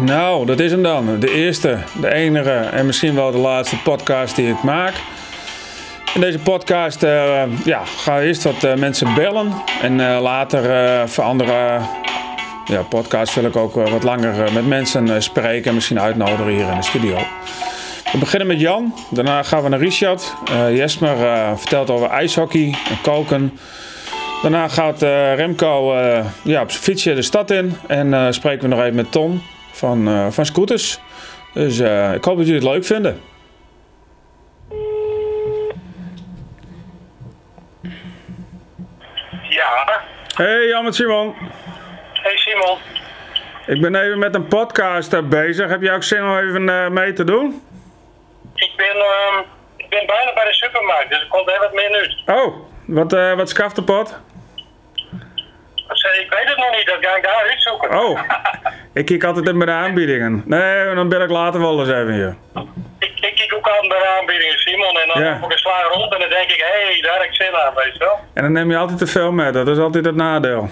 Nou, dat is hem dan. De eerste, de enige en misschien wel de laatste podcast die ik maak. In deze podcast eh, ja, gaan we eerst wat eh, mensen bellen. En eh, later eh, voor andere ja, podcasts wil ik ook eh, wat langer eh, met mensen eh, spreken. En misschien uitnodigen hier in de studio. We beginnen met Jan. Daarna gaan we naar Richard. Eh, Jesmer eh, vertelt over ijshockey en koken. Daarna gaat eh, Remco eh, ja, op zijn fietsje de stad in. En eh, spreken we nog even met Ton van, eh, van Scooters. Dus eh, ik hoop dat jullie het leuk vinden. Ja. Hey Jan met Simon. Hey Simon. Ik ben even met een podcast eh, bezig. Heb jij ook zin om even eh, mee te doen? Ik ben, ehm, ik ben bijna bij de supermarkt, dus er komt heel wat meer nieuws. Oh, wat, eh wat schaft de pot? Wat zei je? Ik weet het nog niet, dat ga ik daar uitzoeken. Oh, ik kijk altijd in mijn aanbiedingen. Nee, dan bel ik later wel eens even hier. Ik, ik kijk ook aan de aanbiedingen, Simon, en dan Ja. heb ik een slaag rond en dan denk ik, hé, hey, daar heb ik zin aan, weet je wel. En dan neem je altijd te veel met. Dat is altijd het nadeel.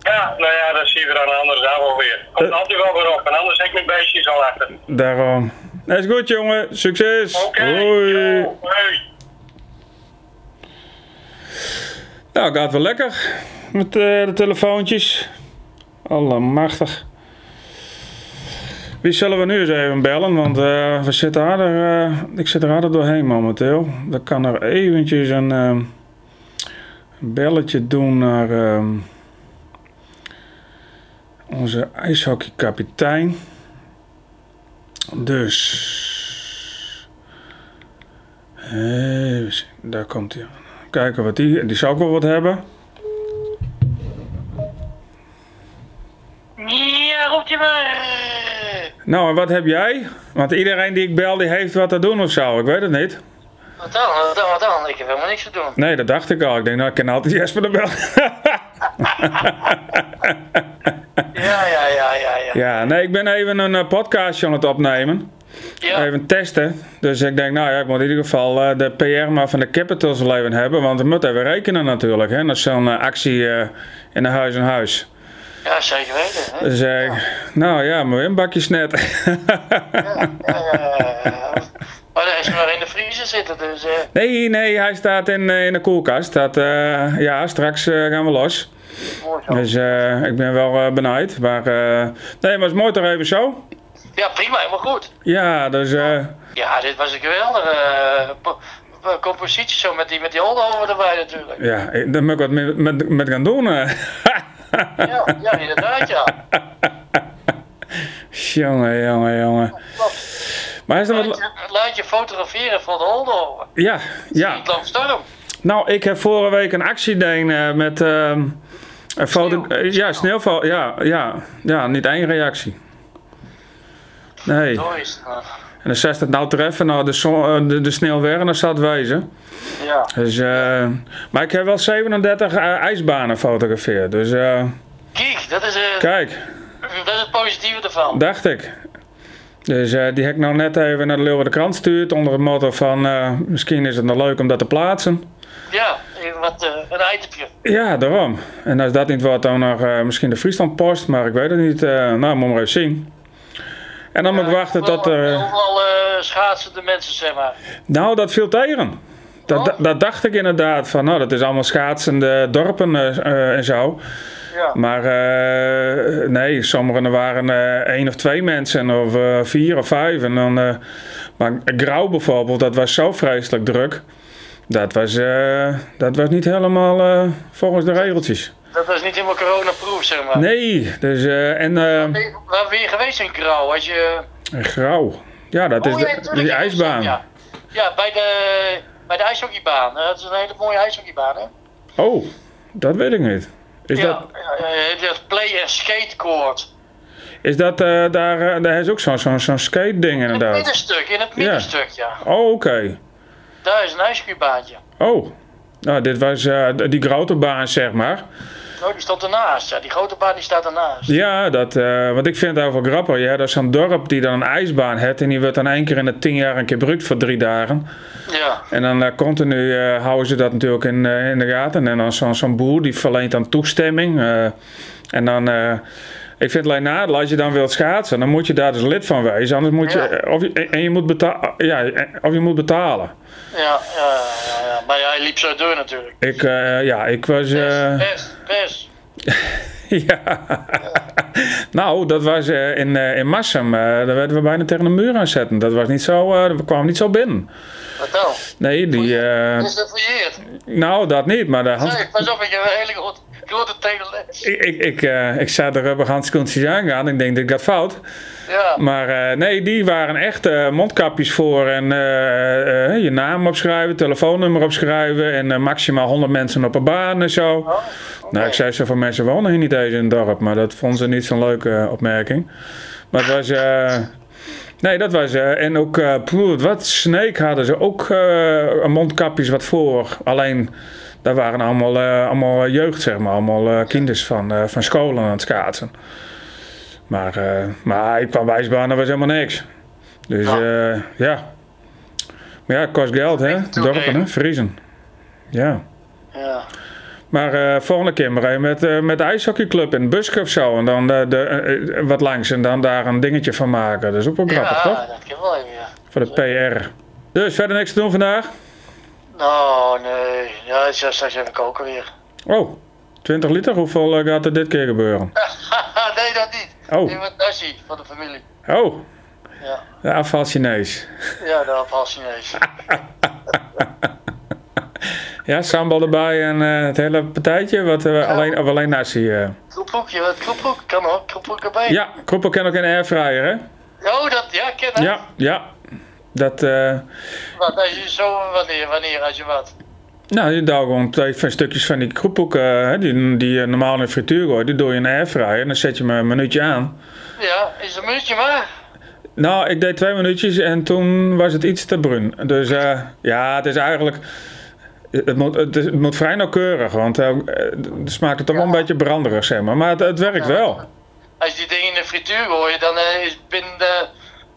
Ja, nou ja, dat zien we dan anders daar wel weer. Komt Eh. altijd wel weer op, en anders heb ik mijn beestjes al achter. Oké, Daarom. Dat is goed jongen. Succes. Hoi. yo, hoi. Nou, gaat wel lekker. Met eh, de telefoontjes. Allemachtig. Wie zullen we nu eens even bellen? Want eh, we zitten harder, eh, ik zit er harder doorheen momenteel. Dan kan er eventjes een ehm, belletje doen naar ehm, onze ijshockeykapitein. Dus. Even zien, eh, daar komt hij aan. Kijken wat die. Die zou ook wel wat hebben. Ja, roept hij maar. Nou, en wat heb jij? Want iedereen die ik bel, die heeft wat te doen of zo. Ik weet het niet. Wat dan, wat dan, wat dan? Ik heb helemaal niks te doen. Nee, dat dacht ik al. Ik denk, nou, ik ken altijd Jesper de Bel. Ja, ja, ja, ja, ja. ja, nee, ik ben even een eh, podcastje aan het opnemen. Even testen. Dus ik denk, nou ja, ik moet in ieder geval eh, de PR maar van de Capitals wel even hebben. Want we moeten even rekenen natuurlijk. Hè? Dat is zo'n eh, actie eh, in de huis en huis. ja zeker weten. Dus eh, nou ja, mijn inbakjes net. Eh, maar hij is nog in de vriezer zitten, dus eh, nee, nee, hij staat in, eh, in de koelkast. Dat, eh, ja, straks eh, gaan we los. mooi Oh. zo. Dus eh, ik ben wel eh, benijd. Maar eh, nee, maar het is mooi toch even zo? Ja, prima, helemaal goed. Ja, dus eh, Ja, dit was een geweldige eh, po- eh, compositie zo met die, met die Oldhoven erbij natuurlijk. ja, ik- daar moet ik wat met, met, met gaan doen. eh. Ja, ja inderdaad ja. jongen, jongen, jongen. Klopt. Maar is er Laat wat... je, laat je fotograferen van de Oldhoven. Ja, ja. Ik loop storm. Nou, ik heb vorige week een actie gedaan eh, met... ehm, een foto... Sneeuw. eh, ja, sneeuwval. Ja, ja. Ja, niet één reactie. Nee. Zo is het. eh. En dan zegt het nou treffen, nou de, zon, eh, de, de sneeuw weer en dan staat wijzen. Ja. Dus, eh, maar ik heb wel 37 eh, ijsbanen gefotografeerd. Dus eh, Kijk, dat is, eh, kijk, dat is het positieve ervan. Dacht ik. Dus eh, die heb ik nou net even naar de Leeuwen de Krant stuurt onder het motto van eh, misschien is het nog leuk om dat te plaatsen. Ja, even wat, eh, een itempje. Ja, daarom. En als dat niet wordt, dan nog eh, misschien de Friesland Post, maar ik weet het niet. eh nou, moet maar even zien. En dan moet ik wachten tot er... Heel veel eh, schaatsende mensen, zeg maar. nou, dat viel tegen. Dat, Oh. dat, dat dacht ik inderdaad, van nou, dat is allemaal schaatsende dorpen eh, eh, en zo. Ja. Maar eh, nee, sommigen er waren eh, één of twee mensen of eh, vier of vijf. En dan, eh, maar Grauw bijvoorbeeld, dat was zo vreselijk druk. Dat was, eh, dat was niet helemaal eh, volgens de regeltjes. Dat was niet helemaal coronaproof, zeg maar. Nee, dus eh, en eh, Nee, Waar ben je geweest in Grauw? Als je... Grauw. Ja, dat is Oh, ja, de, tuurlijk, die ja, ijsbaan. Ja, ja bij, de, bij de ijshockeybaan. Eh, Dat is een hele mooie ijshockeybaan, hè? Oh, dat weet ik niet. Is ja, dat, eh, heb je dat play en skatecourt. is dat eh, daar, eh, daar is ook zo'n zo'n zo'n skate ding In het inderdaad. middenstuk, in het middenstuk, ja. Oh, oké. Daar is een ijshockeybaantje. Oh, nou dit was eh, die grote baan zeg maar. Oh, die stond ernaast. Ja, die grote baan die staat ernaast. Ja, dat, eh, want ik vind het wel grappig. Ja, dat is zo'n dorp die dan een ijsbaan heeft. En die wordt dan één keer in de tien jaar een keer brukt voor drie dagen. Ja, En dan eh, continu eh, houden ze dat natuurlijk in, eh, in de gaten. En dan zo'n zo'n boer die verleent dan toestemming. eh, en dan eh, Ik vind het alleen nadeel, als je dan wilt schaatsen, dan moet je daar dus lid van wezen. Anders moet je, Ja. eh, of je, en- en je moet beta- ja, en- of je moet betalen. Ja, ja, ja, ja. maar jij liep zo door natuurlijk. Ik, eh, ja, ik was... eh, Pers, pers. Ja. nou, dat was eh, in, eh, in Massum. eh, daar werden we bijna tegen de muur aan zetten. Dat was niet zo, eh, we kwamen niet zo binnen. Vertel. Nee, die. eh, Is dat verjeerd? nou, dat niet, maar de hand- Nee, pas op, ik heb een hele grote, grote tegenles. ik, ik, ik, eh, ik zat er op handschoentjes aan gaan. Ik denk, dit gaat fout. Ja, Maar eh, nee, die waren echt eh, mondkapjes voor. En eh, eh, je naam opschrijven, telefoonnummer opschrijven. En eh, maximaal 100 mensen op een baan en zo. Nou, ik zei zo van mensen wonen hier niet eens in het dorp, maar dat vonden ze niet zo'n leuke eh, opmerking. Maar het was. eh, nee, dat was. eh, en ook. eh, poeh, wat Snake hadden ze ook eh, mondkapjes wat voor. Alleen. Daar waren allemaal, eh, allemaal jeugd, zeg maar. Allemaal eh, kinders van, eh, van scholen aan het schaatsen. Maar, eh, maar ik kwam wijsbaan, dat was helemaal niks. Dus Ja. eh, ja. Maar ja, het kost geld, hè? Dorpen, hè? Vriezen. Ja. ja. Maar eh, volgende keer maar even met, eh, met de ijshockeyclub in de Busk of zo. En dan eh, de, eh, eh, wat langs en dan daar een dingetje van maken. Dat is ook wel grappig, ja toch? dat kan wel even, ja. Voor de PR. Dus verder niks te doen vandaag. Nou, nee. Ja, ik zou straks even koken weer. Oh, 20 liter. Hoeveel eh, gaat er dit keer gebeuren? nee, dat niet. Oh. Die met Nashi van de familie. Oh, Ja, de afval Chinees. ja dat was Chinees. Ja, sambal erbij en eh, het hele partijtje. Wat, eh, alleen, of alleen nasi. eh. Kroephoekje, wat kroephoek kan ook. Kroephoek erbij. Ja, kroepel kan ook in de airfryer, hè? Oh, dat, ja, ken dat. Ja, ja. Dat, eh, Wat, als je zo, wanneer, wanneer, als je wat. Nou, je douwt gewoon twee van stukjes van die kroephoek, eh, hè, die, die je normaal in de frituur gooit, die doe je in de airfryer en dan zet je maar een minuutje aan. Ja, is een minuutje maar. Nou, ik deed twee minuutjes en toen was het iets te bruin. Dus eh, ja, het is eigenlijk, het moet, het, is- het moet vrij nauwkeurig, want eh, eh, het smaakt het toch wel een beetje branderig, zeg maar. Maar het, het werkt wel. Als je die dingen in de frituur gooit, dan eh, is binnen de,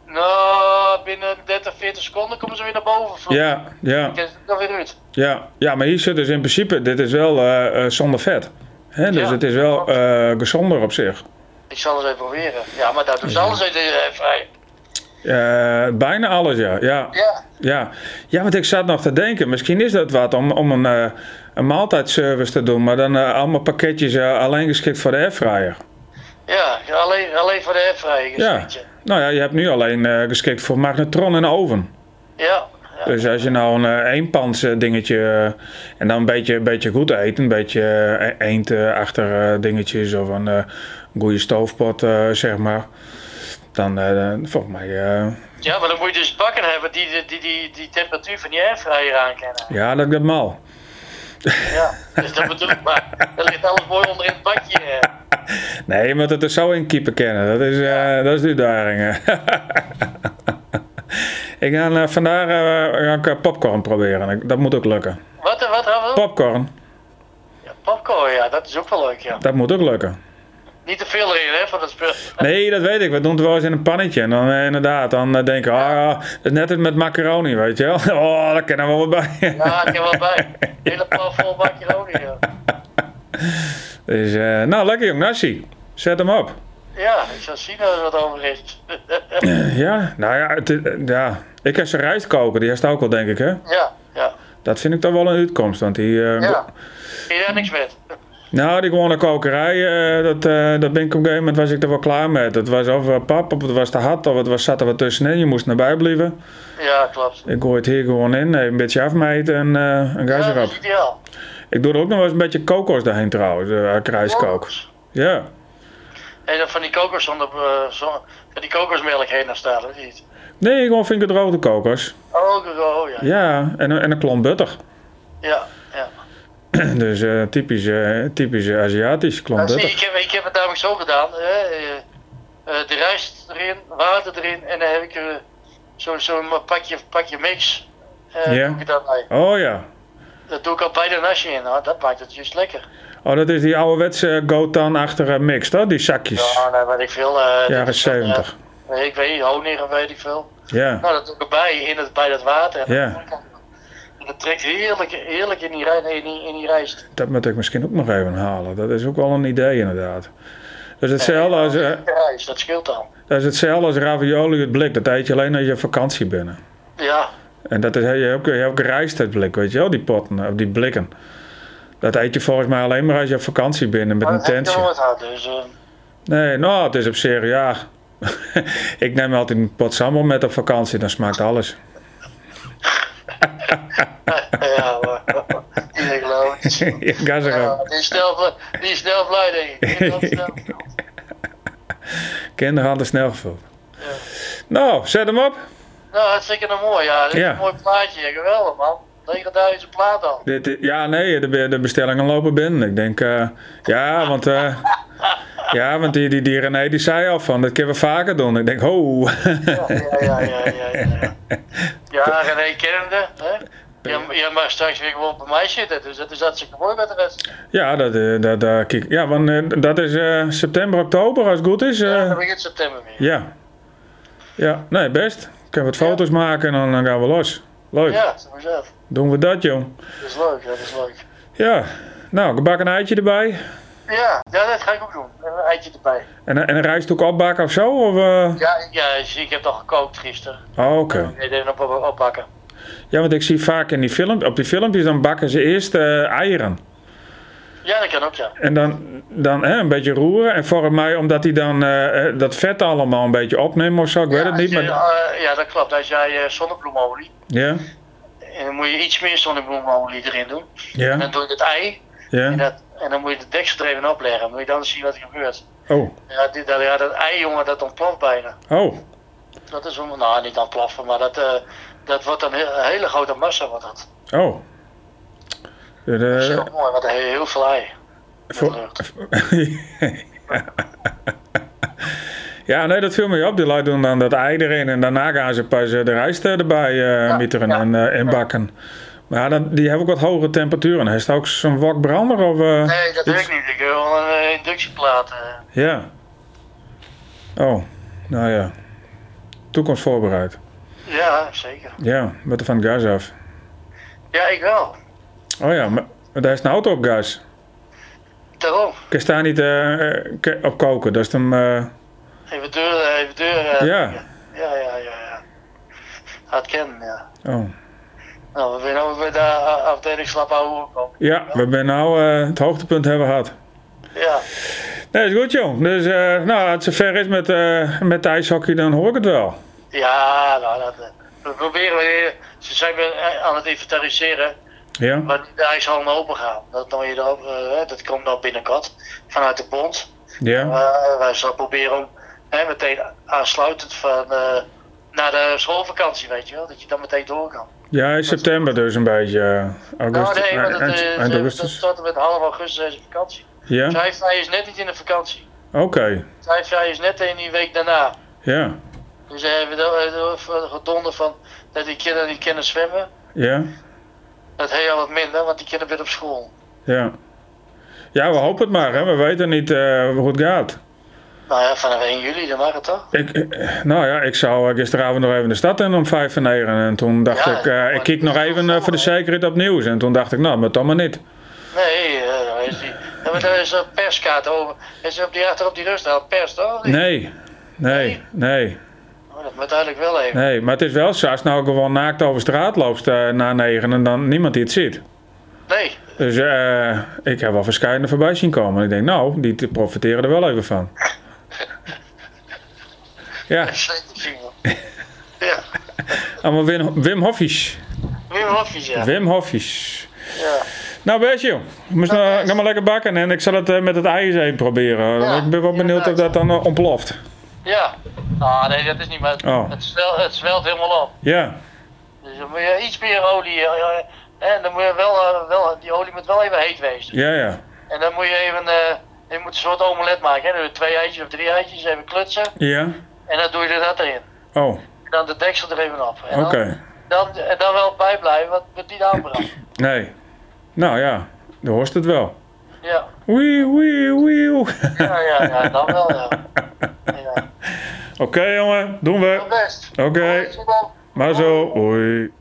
nou, binnen 30, 40 seconden komen ze weer naar boven. vloeien. Ja, ja, Dan is het dan weer uit. ja. Ja, maar hier zit dus in principe, dit is wel eh, eh, zonder vet. Hè, dus Ja. het is wel eh, gezonder op zich. Ik zal het even proberen. Ja, maar daar doen ze alles uit de vrij. Eh, bijna alles, ja. ja. Ja. Ja. ja, want ik zat nog te denken, misschien is dat wat om, om een, eh, een maaltijdservice te doen, maar dan eh, allemaal pakketjes eh, alleen geschikt voor de airfryer. Ja, ja, alleen, alleen voor de airfryer. is Ja. het, Ja. Nou ja, je hebt nu alleen eh, geschikt voor magnetron en oven. ja. ja. Dus als je nou een eh, eenpans eh, dingetje eh, en dan een beetje, beetje goed eet, een beetje eh, eend eh, achter eh, dingetjes of een eh, goede stoofpot, eh, zeg maar. Dan, eh, volgens mij, eh, Ja, maar dan moet je dus bakken hebben die die, die, die, die temperatuur van die airfryer aankennen. ja, dat gaat mal. Ja, dus dat bedoel ik maar. Dan ligt alles mooi onder in het bakje. eh. Nee, je moet het er zo in keeper kennen. Dat is, eh, dat is de uitdaging. hè. ik ga eh, vandaag eh, ga ik, eh, popcorn proberen. Ik- Dat moet ook lukken. Wat, eh, wat hadden we? Popcorn, Ja, popcorn, ja, dat is ook wel leuk, ja. dat moet ook lukken. Niet te veel erin, hè, van dat spul. Nee, dat weet ik. We doen het wel eens in een pannetje. En dan eh, inderdaad, dan eh, denken we, ah, dat is net het met macaroni, weet je wel. Oh, daar kennen we wel bij. Ja, Ah, ik heb wel bij. Hele paar vol bakje olie, ja. dus, eh, nou, lekker jong, nasi. Zet hem op. Ja, ik zal zien als er wat over is. Ja, nou ja, het is- ja. ik heb ze rijst koken. Die heeft ook wel, denk ik, hè. ja, ja, Dat vind ik toch wel een uitkomst, want die... eh, ja. Kun je daar niks met? Nou, die gewone kokerij, eh, dat, eh dat ben ik op een gegeven moment was ik er wel klaar mee. Het was of eh, pap, of het was te hard, of het was, zat er wat tussenin. Je moest naar buiten blijven. Ja, klopt. Ik gooi het hier gewoon in, even een beetje afmeten en eh een Ja, gijs dat erop. is ideaal. Ik doe er ook nog wel eens een beetje kokos doorheen trouwens, uh, kruiskook. Ja. En dan van die kokos zonder, eh, zon- van die kokosmelk heen naar staat, of niet? Nee, gewoon vinkerdroogde kokos. Oh, oh, oh, ja. Ja, Ja, en, een- en een klomp butter. ja. ja. dus eh, typisch, eh, typisch eh, Aziatisch klomp Nou, zie, je, butter. ik, heb, ik heb het namelijk zo gedaan. Hè, eh, eh, de rijst erin, water erin en dan heb ik er eh, zo- zo'n pakje, pakje mix. eh, Ja. doe ik er dan bij. Oh ja. Dat doe ik al bij de nasje in, hoor. dat maakt het juist lekker. Oh, dat is die ouderwetse Gotan-achtige mix, toch? Die zakjes. Ja, nou, weet ik veel. eh, Jaren dat is dan, eh, 70. nee, ik weet niet, honing of weet ik veel. Ja. Nou, dat doe ik erbij, in het, bij dat water. Ja. En dat trekt heerlijk, heerlijk in, die, rij- in, die, in die rijst. Dat moet ik misschien ook nog even halen. Dat is ook wel een idee, inderdaad. Dat is hetzelfde als, eh, Ja, is dat scheelt dan. dat is hetzelfde als ravioli het blik. Dat eet je alleen als je op vakantie bent. Ja, En dat is, je hebt ook, je hebt ook rijst uit blik, weet je wel, die potten, of die blikken. Dat eet je volgens mij alleen maar als je op vakantie bent en met maar een dat heb ik nog tentje. nooit gehad. Dus, eh, Nee, nou, het is op zich, ja. ik neem altijd een pot sambal met op vakantie, dan smaakt alles. eh, ja, maar, die denk ik wel. Het is- Ga ze ja, gaan. Die is snel blij- die is snel blij, denk ik. Die is snel- Kinderen hadden snel gevuld. Nou, zet hem op. Nou, hartstikke een mooi, ja. Dit is Ja. een mooi plaatje, geweldig man. Legendarische plaat dan. Dit, i- ja, nee, de, be- de bestellingen lopen binnen. Ik denk, eh, ja, want, eh, ja, want die, die, die René die zei al van, dat kunnen we vaker doen. Ik denk, ho. Ja, ja, ja, ja, ja. Ja, ja René kennende, hè. Je, je mag straks weer gewoon bij mij zitten, dus dat is hartstikke mooi met de rest. ja, dat, eh, dat, eh, kijk, ja, want eh, dat is eh, september, oktober, als het goed is. eh. Dan begint september weer. ja. Ja, nee, best. Kunnen we wat foto's maken en dan, dan gaan we los. Leuk. Ja, zo is dat. Doen we dat, jong. Dat is leuk, dat is leuk. Ja. Nou, gebakken eitje erbij. Ja, ja, dat ga ik ook doen. En een eitje erbij. En, en een rijsthoek opbakken of zo? Of, eh? Ja, ik- ja, ik zie- ik heb nog gekookt gisteren. Oh, Oké. Ik deed op, op, oppakken. Ja, want ik zie vaak in die film, op die filmpjes, dan bakken ze eerst eh, eieren. Ja, dat kan ook, ja. En dan, dan hè, een beetje roeren. En volgens mij, omdat hij dan eh, eh, dat vet allemaal een beetje opneemt of zo, ik weet het Als niet. je, Maar, eh, ja, dat klopt. Als jij eh, zonnebloemolie, ja, en dan moet je iets meer zonnebloemolie erin doen. En ja, dan doe je het ei ja. en, dat, en dan moet je de deksel er even op leggen. Moet je dan zien wat er gebeurt. Oh, Ja, dit, dat, ja, dat ei, jongen, dat ontploft bijna. oh, Dat is, om- nou, niet ontploffen, maar dat, eh, dat wordt een, he- een hele grote massa, wordt dat. oh. Eh, Dat is eh, heel mooi, want er heel veel ei. voor- ja, nee, dat viel me op. Die lui doen dan dat ei erin en daarna gaan ze pas eh, de rijst eh, erbij eh mieteren ja. en, eh, en bakken. Maar dan, die hebben ook wat hogere temperaturen. Is het ook zo'n wokbrander? Of, eh, Nee, dat iets? weet ik niet. Ik heb wel een eh, inductieplaat. eh. Ja. Oh, nou ja. Toekomst voorbereid. Ja, zeker. Ja, met de van het gas af. Ja, ik wel. Oh ja, maar maar daar is een auto op gas. Daarom. Kun je daar niet eh, eh, ke- op koken? Dat is hem. eh, Even deuren, even deuren. eh, Ja. Ja, ja, ja, ja. Had kennen, ja. oh. Nou, we zijn nou weer daar eh, afdeling slap ouwe op. Ja, we hebben nou eh, het hoogtepunt hebben we gehad. Ja. Nee, is goed jong. Dus eh, nou, als het zover is met, eh met de ijshockey, dan hoor ik het wel. Ja, nou, dat, eh, we proberen weer. Ze zijn weer eh, aan het inventariseren Ja? waar de ijshallen open gaan. Dat, dan weer erop, eh, dat komt dan binnenkort vanuit de bond. Ja? Eh, wij zullen proberen om hè, meteen aansluitend van, eh, naar de schoolvakantie, weet je wel, dat je dan meteen door kan. Ja, in september dus een beetje. eh, Nou, augustus, nee, eh, want het, eind, eh, eind ze- dat augustus. tot en met half augustus is vakantie. Ja? Vijf jaar is net niet in de vakantie. Oké. Vijf jaar is net in die week daarna. Ja. Dus ze hebben we gedonder van dat die kinderen die kunnen zwemmen. Ja? Dat heel wat minder, want die kinderen weer op school. Ja. Ja, we hopen het maar. Hè. We weten niet eh, hoe het gaat. Nou ja, vanaf 1 juli, dan mag het toch? Ik, eh, nou ja, ik zou eh, gisteravond nog even de stad in om vijf van negen. En toen dacht Ja, ik, eh, maar ik kijk nog dat is even wel eh, voor de zonde, hè? zekerheid op nieuws. En toen dacht ik, nou, maar dan maar niet. Nee, eh, daar is die. Ja, maar daar is een perskaart over. Is er op die achter op die rust al pers toch? Nee, nee, nee, Oh, dat moet eigenlijk wel even. nee. Maar het is wel zo, als nou gewoon naakt over straat loopt eh, na negen en dan niemand die het ziet. Nee, Dus eh, ik heb wel verschillende voorbij zien komen. En ik denk, nou, die te- profiteren er wel even van. Ja, zeker zien we. Ja, allemaal Wim, Wim Hoffies. weer hofjes, ja. Wim Hoffies. ja. Nou, best joh. Ik moest nou, ik ga maar lekker bakken en ik zal het eh, met het ei eens even proberen. Ja, ik ben wel benieuwd of dat dan eh, ontploft. Ja. Ah, nee, dat is niet maar. Oh. Het, zwel, het zwelt helemaal op. Ja, Dus dan moet je iets meer olie. eh, eh, en dan moet je wel, eh, wel. Die olie moet wel even heet wezen. ja, ja. En dan moet je even. eh, je moet een soort omelet maken. Hè? Dan doe je twee eitjes of drie eitjes even klutsen. Ja? En dan doe je er dat erin. Oh, En dan de deksel er even op. En oké. dan, dan, en dan wel bijblijven, want het moet niet aanbranden. Nee. Nou ja, dan hoort het wel. Ja. Wee, wee, wee. Oké Ja, ja, ja, dan wel, ja. ja. jongen, doen Doe we. best. Oké, maar zo. Hoi.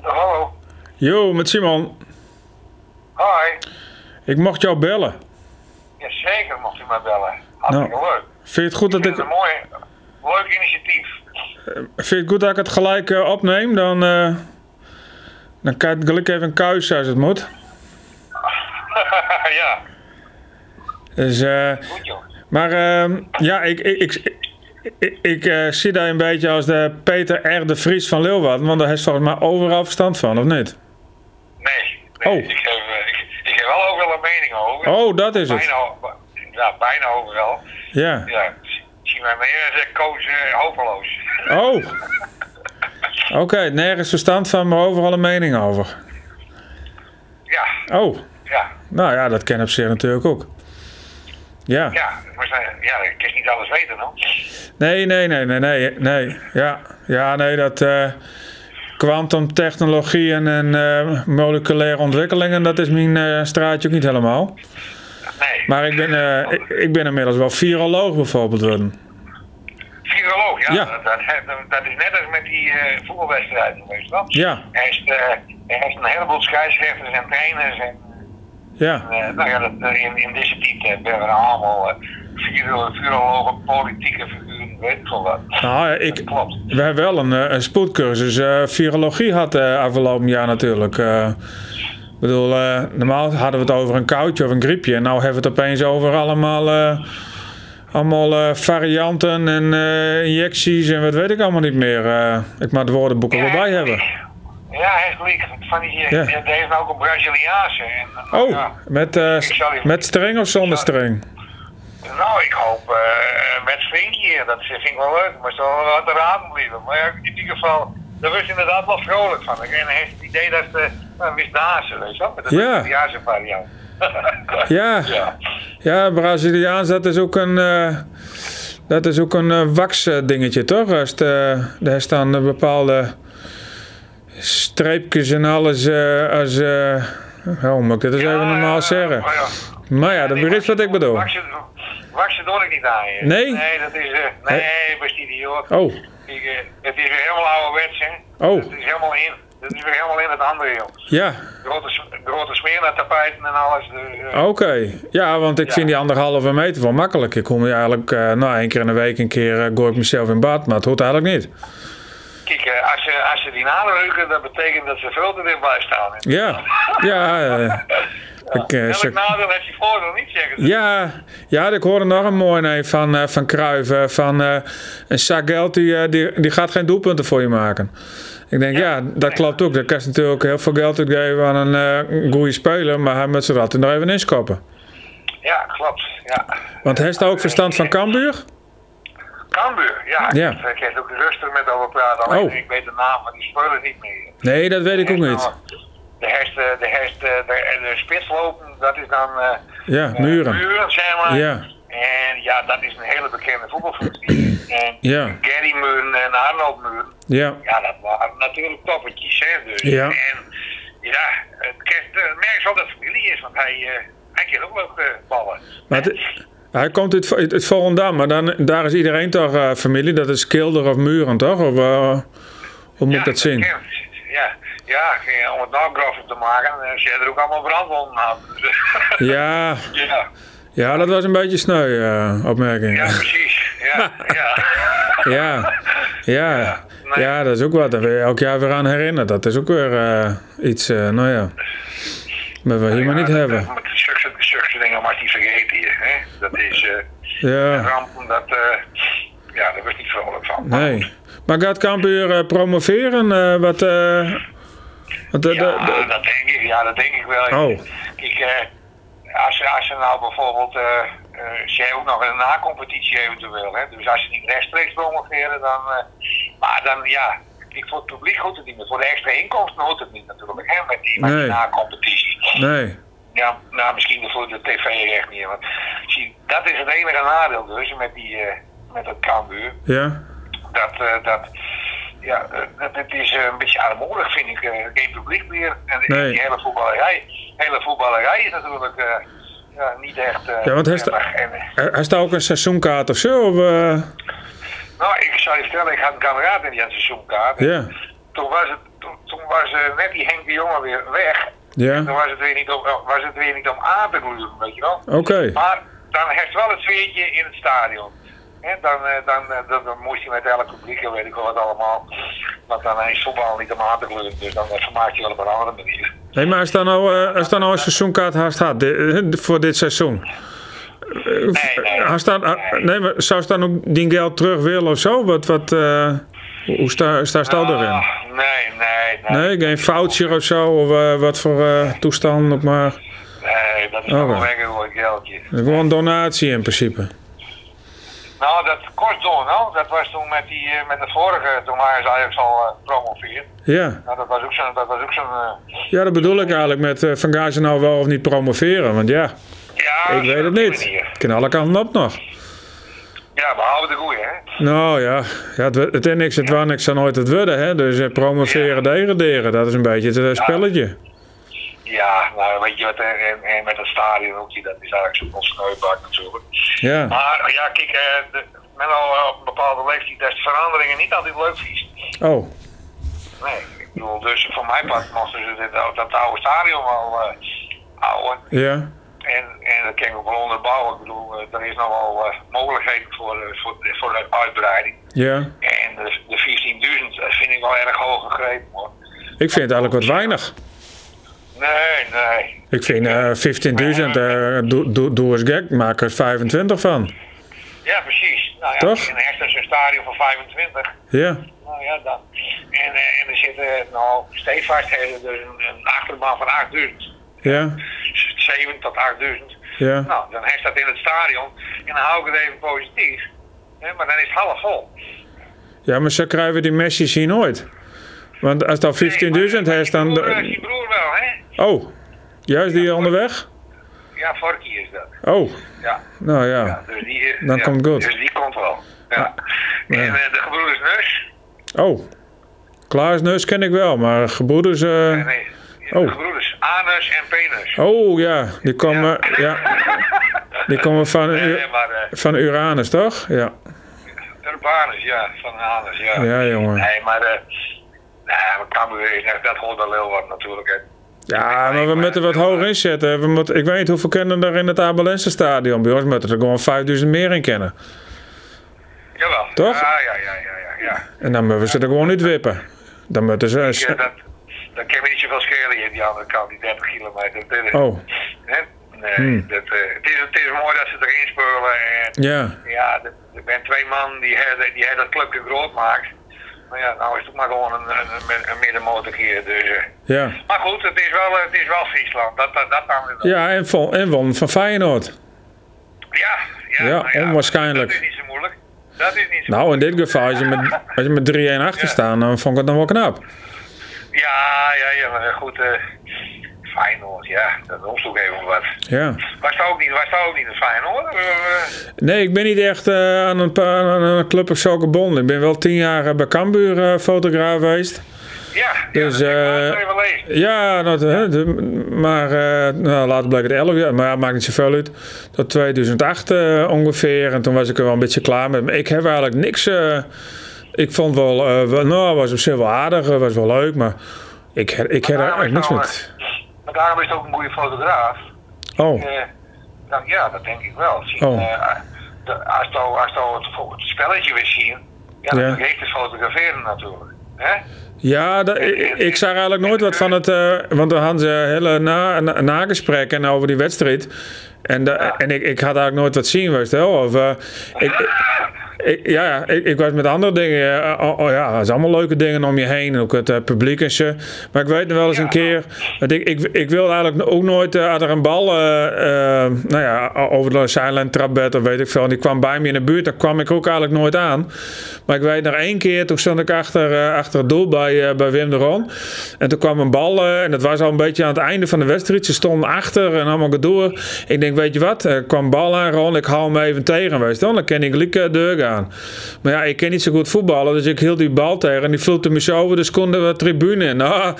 Hallo. Yo, met Simon. Hi. Ik mocht jou bellen. Jazeker mocht u mij bellen. hartstikke leuk. Vind je het goed Nou, dat Ik ik, vind het een mooi, leuk initiatief. vind je het, goed dat ik het gelijk eh, opneem? Dan, eh dan kan ik gelijk even een kuis als het moet. ja, Dus, eh, goed joh. maar ehm, ja, ik, ik, ik, ik, ik, eh, zie daar een beetje als de Peter R. de Vries van Leeuwarden. Want daar heeft volgens mij overal verstand van, of niet? Nee, nee, Oh. ik, heb, eh, ik, ik heb wel ook wel een mening over. Oh, dat is het. bijna, o- ja, bijna overal. Ja. Ja, ik zie mij meer als een coach eh, hopeloos. Oh. Oké, nergens verstand van, maar overal een mening over. Ja, Oh, ja, nou ja, dat ken op zich natuurlijk ook. Ja. ja. Maar zijn, ja, ik kan niet alles weten, hoor. Nee, nee, nee, nee, nee, nee. Ja, ja nee, dat kwantumtechnologieën en eh, moleculaire ontwikkelingen, dat is mijn eh, straatje ook niet helemaal. Nee, Maar ik ben, eh, ik, ik ben inmiddels wel viroloog bijvoorbeeld worden. viroloog, ja. Ja. Dat, dat, dat is net als met die eh voetbalwedstrijden, weet je wel. Ja. Er is, eh, er is een heleboel scheidsrechters en trainers en Ja, Eh, nou ja, dat, eh, in, in deze tijd eh, hebben we allemaal eh, viro- virologen, politieke figuren, weet ik veel wat. nou, ik, Dat klopt. we hebben wel een, eh, een spoedcursus eh, virologie had eh afgelopen jaar natuurlijk. eh. ik bedoel, eh, normaal hadden we het over een koudje of een griepje. En nu hebben we het opeens over allemaal, eh, allemaal eh, varianten en eh, injecties en wat weet ik allemaal niet meer. eh. ik mag het woordenboek er wel bij hebben. Ja, echt liek. Van die, eh, Ja. Er er is nou ook een Braziliaanse. En, eh, Oh, ja. met, eh, zal- met streng of zonder streng? Nou, ik hoop eh, eh, met Svinkje, dat vind ik wel leuk. Maar ze wel wat te raden blijven. Maar ja, in ieder geval, daar was inderdaad wel vrolijk van. En hij heeft het idee dat ze uh, Wisdaanse, weet je wel, met de Ja. Braziliaanse variant. Ja. ja. Ja, Braziliaans, dat is ook een, eh, dat is ook een eh wax eh, dingetje, toch? Als het, eh, daar staan eh, bepaalde streepjes en alles eh, als... eh, hoe moet ik dit eens even normaal ja, eh, zeggen? maar ja. Maar ja, dat is wat ik bedoel. Wax ze- Wax ze door ik niet aan je. Nee? Nee, dat is... eh nee, Bastidi hoor. Oh, Ik, eh, het is weer helemaal ouderwets hè. Oh. Het is helemaal in. Het is weer helemaal in het andere joh. ja, Grote, sm- grote smeer naar tapijten en alles. Dus, eh, oké. Ja, want ik vind die anderhalve meter wel makkelijk. Ik kom eigenlijk, eh nou, één keer in de week een keer eh, gooi ik mezelf in bad, maar het hoort eigenlijk niet. Kijk, eh, als ze, als ze die nadrukken, dat betekent dat ze veel te dichtbij staan. Ja, ja. eh, ik, eh, Elk ze- nadeel heeft die voordeel niet, zeggen ze. Ja, ja, ik hoorde nog een mooi nee van, eh van Cruijff. eh, Van eh een zak geld, die, eh, die, die gaat geen doelpunten voor je maken. Ik denk, ja, dat klopt ook. Dat kan je natuurlijk heel veel geld uitgeven aan een eh, goede speler, maar hij moet ze dat nog even inskoppen. Ja, klopt. Ja. Want hij heeft ook verstand van Cambuur? Cambuur, ja. Ja. Ik kan er ook rustig met over praten. Alleen Oh. ik weet de naam van die speler niet meer. Nee, dat weet ik ook niet. De herst, de herst, de, de, de spitslopen, dat is dan... eh, Ja, eh, muren. Muren, zeg maar. Ja. En ja, dat is een hele bekende voetbalfunctie. En Ja. Gary Muren en Arnold Muren, Ja, ja, dat waren natuurlijk toppertjes, hè. Dus. Ja. En ja, het kerst- eh, merk wel dat het familie is, want hij, eh, hij kan ook leuk eh, ballen. maar het- hij komt uit, uit, uit Volendam, maar dan, daar is iedereen toch eh, familie? Dat is Kilder of Muren, toch? Of, eh, hoe moet Ja, ik dat zien? kent. Ja, ja, eh, om het nou grover te maken, eh, ze hebben er ook allemaal brandwonden aan. Ja, ja. ja, dat was een beetje sneu, eh, opmerking. Ja, precies. Ja, ja. Ja, ja. ja, dat is ook wat. Daar wil je elk jaar weer aan herinneren. Dat is ook weer eh, iets, eh, nou ja. Dat we hier maar niet Ja, hebben. dat- dat- Zulke zulke dingen mag niet vergeten hier. Hè? Dat is eh Ja, rampen, dat, eh, ja, daar was niet vrolijk van. nee. Maar gaat Kampuur promoveren? eh, wat, eh, wat, eh, Ja, de- de- dat denk ik, ja, dat denk ik wel. Oh. Kijk, eh, als, ze- als ze nou bijvoorbeeld, eh eh, ze hebben ook nog een na-competitie eventueel, hè? dus als ze niet rechtstreeks promoveren, dan, eh, maar dan, ja, kijk, voor het publiek hoort het niet meer, voor de extra inkomsten hoort het niet natuurlijk, hè, met die, met die Nee. na-competitie. nee. Ja, nou, misschien voor de tv echt niet. Want zie, dat is het enige nadeel dus met, die, eh, met dat Cambuur. Ja, Dat, eh, dat, ja, eh, dat, het is eh, een beetje armoedig, vind ik. eh, geen publiek meer. En en Nee. die hele voetballerij, hele voetballerij is natuurlijk eh, ja, niet echt... eh, Ja, want hij is de- prettig. En, eh, Er- er staat ook een seizoenkaart of zo? Of, eh, nou, ik zou je vertellen, ik had een kameraad in die had een seizoenkaart. ja, Toen was het... Toen, toen was eh, net die Henk de Jonge weer eh, weg. Toen ja. was het weer niet om, was het weer niet om aan te roeren, weet je wel. Oké. Maar dan heeft wel het zweertje in het stadion. Hè, dan, eh, dan, eh, dan, dan moest je met elk publiek en weet ik wel wat allemaal. Want dan is voetbal niet om aan te kleuren. Dus dan eh, vermaak je wel op een andere manier. Hé, maar als daar nou, eh, als daar nou een seizoenkaart haast had di- eh, voor dit seizoen. Nee, nee. Haast daar- ah, nee, maar zou ze dan ook die geld terug willen of zo? Wat, wat, eh, hoe sta, sta, sta erin? Ah, nee, nee, nee. Nee, geen voucher of zo, of eh, wat voor eh toestand ook maar. Nee, dat is Oké. gewoon weggegooid geldje. Gewoon donatie in principe. Nou, dat kost door, nou. Dat was toen met, die, eh, met de vorige, toen waren ze eigenlijk al eh, gepromoveerd. Ja, Nou, dat was ook zo'n, dat was ook zo'n, eh, ja dat bedoel ik eigenlijk met eh, Van Gazen nou wel of niet promoveren. Want ja, ja, ik weet het op die niet. manier. Ik ken alle kanten op nog. Ja, behalve de goeie, hè. Nou ja, ja het, we- het is niks, het was niks, zou nooit het worden. Hè? Dus eh, promoveren, degraderen, dat is een beetje het eh, spelletje. Ja, nou, weet je wat, eh, en, en met het stadion ook, die- dat is eigenlijk zo'n ontsneubak natuurlijk. Ja. Maar ja, kijk, eh, de- men al eh, op een bepaalde leeftijd, dat is veranderingen niet altijd leuk vies. Oh, Nee, ik bedoel, dus voor mijn part mochten ze dit, dat, dat oude stadion wel eh houden. ja. En, en dat kan ik ook wel onderbouwen. Ik bedoel, eh, er is nog wel eh, mogelijkheden voor, eh, voor, voor de uitbreiding. Ja. En de, de 14.000 vind ik wel erg hoog gegrepen hoor. Ik vind het eigenlijk wat weinig. Nee, nee. Ik vind eh 15.000, eh doe doe- doe eens gek, maak er 25 van. Ja, precies. Nou ja, Toch? in Hecht is een stadion van 25. Ja, Nou ja, dan. En, eh, en er zitten, nou, stevast heeft dus een, een achterbaan van 8000. ja, 7 tot 8000. ja. Nou, dan heeft dat in het stadion. En dan hou ik het even positief. Hè, maar dan is het half vol. Ja, maar zo krijgen we die messies hier nooit. Want als dat 15.000 is, dan... Dat is je broer wel, hè? Oh, juist die onderweg? Ja, Forky is dat. Oh, Ja. nou ja. Dus die, Dan ja, komt goed. Ah, Dus die komt wel. Ja. ja. En eh, de gebroeders Nus? Oh, Klaas Neus ken ik wel, maar gebroeders... eh, Nee. Oh. De gebroeders Anus en Penus. Oh ja, die komen, ja. Die komen van, Nee, U- nee, maar eh van Uranus, toch? Ja. Urbanus, ja. Van Anus, ja. ja, jongen. Nee, maar... eh nou, we kan weer zeggen, dat hoort wel heel wat natuurlijk. hè. Ja, maar we moeten eh, wat hoger inzetten. We moeten, ik weet niet hoeveel kennen er in het Abelense stadion. Bij ons moeten er gewoon 5000 meer in kennen. Jawel. Toch? Ja, ja, ja, ja, ja. ja. En dan moeten we ze er gewoon niet wippen. Dan moeten ze... Ja, dat, dat kan me niet zoveel schelen hier, die andere kant, die 30 kilometer. Dat is- Oh, Hmm. Hè? Nee, dat, eh, het, is, het is mooi dat ze erin spelen. En, ja. Ja, er er zijn twee man die hebben die hebben dat clubje groot maakt. Maar ja, nou is het ook maar gewoon een, een, een, een middenmotor hier. Dus, eh. Ja, Maar goed, het is wel, eh, het is wel Friesland. Dat, dat, dat dan weer wel. ja en, vol, en won van Feyenoord. ja, ja, Ja, nou ja, onwaarschijnlijk. Dat is niet zo moeilijk. Dat is niet zo Nou, in dit geval, als je met, als je met 3-1 achter staat, dan vond ik het dan wel knap. moeilijk. Ja, ja, ja, maar goed. eh Feyenoord, ja, dat ons ook even wat. Ja. Was dat ook niet, was dat ook niet een Feyenoord? Eh, eh, Nee, ik ben niet echt eh, aan, een, pa- aan een club of zo gebonden. Ik ben wel tien jaar eh, bij Cambuur eh, fotograaf geweest. ja, ja, Dus, dat heb ik eh, wel even lezen. Ja, dat, hè, de- maar eh, nou, later bleek het 11 jaar, maar ja, maakt niet zoveel uit. Tot 2008 eh, ongeveer, en toen was ik er wel een beetje klaar mee. Maar Ik heb eigenlijk niks. eh, ik vond wel, eh, wel- nou, was op zich wel aardig, eh, was wel leuk, maar ik, heb- ik heb Maar daar eigenlijk niks daarom is met. het wel, eh, Maar daarom is het ook een goede fotograaf. Oh, Eh, nou, ja, dat denk ik wel. Zien, Oh. eh, de- als je als je het, vo- het spelletje weer zien, ja, Ja. dan heeft het fotograferen natuurlijk. Hè? ja, da- ik, ik zag eigenlijk nooit wat van het. eh, want we hadden ze hele na, na, nagesprek en over die wedstrijd. En, da- en ik, ik had eigenlijk nooit wat zien, weet je wel. Of, eh, ik, Ik, ja, ja, ik, ik was met andere dingen. eh, Oh, oh ja, het is allemaal leuke dingen om je heen. Ook het eh, publiek en zo. Maar ik weet nog wel eens een keer. Dat ik, ik, ik wil eigenlijk ook nooit. eh, als er een bal. eh, eh, nou ja, o- over de silent trapbed of weet ik veel. En die kwam bij me in de buurt. Daar kwam ik ook eigenlijk nooit aan. Maar ik weet nog één keer. Toen stond ik achter, eh, achter het doel bij, eh, bij Wim de Ron. En toen kwam een bal. eh, en dat was al een beetje aan het einde van de wedstrijd. Ze stonden achter en allemaal gedoe. Ik denk, weet je wat? Er kwam bal aan, Ron. Ik hou hem even tegen. Weet je wel? Dan ken ik Lieke deur aan. Maar ja, ik ken niet zo goed voetballen. Dus ik hield die bal tegen. En die vloot hem zo over. Dus konden we tribune in. Ah,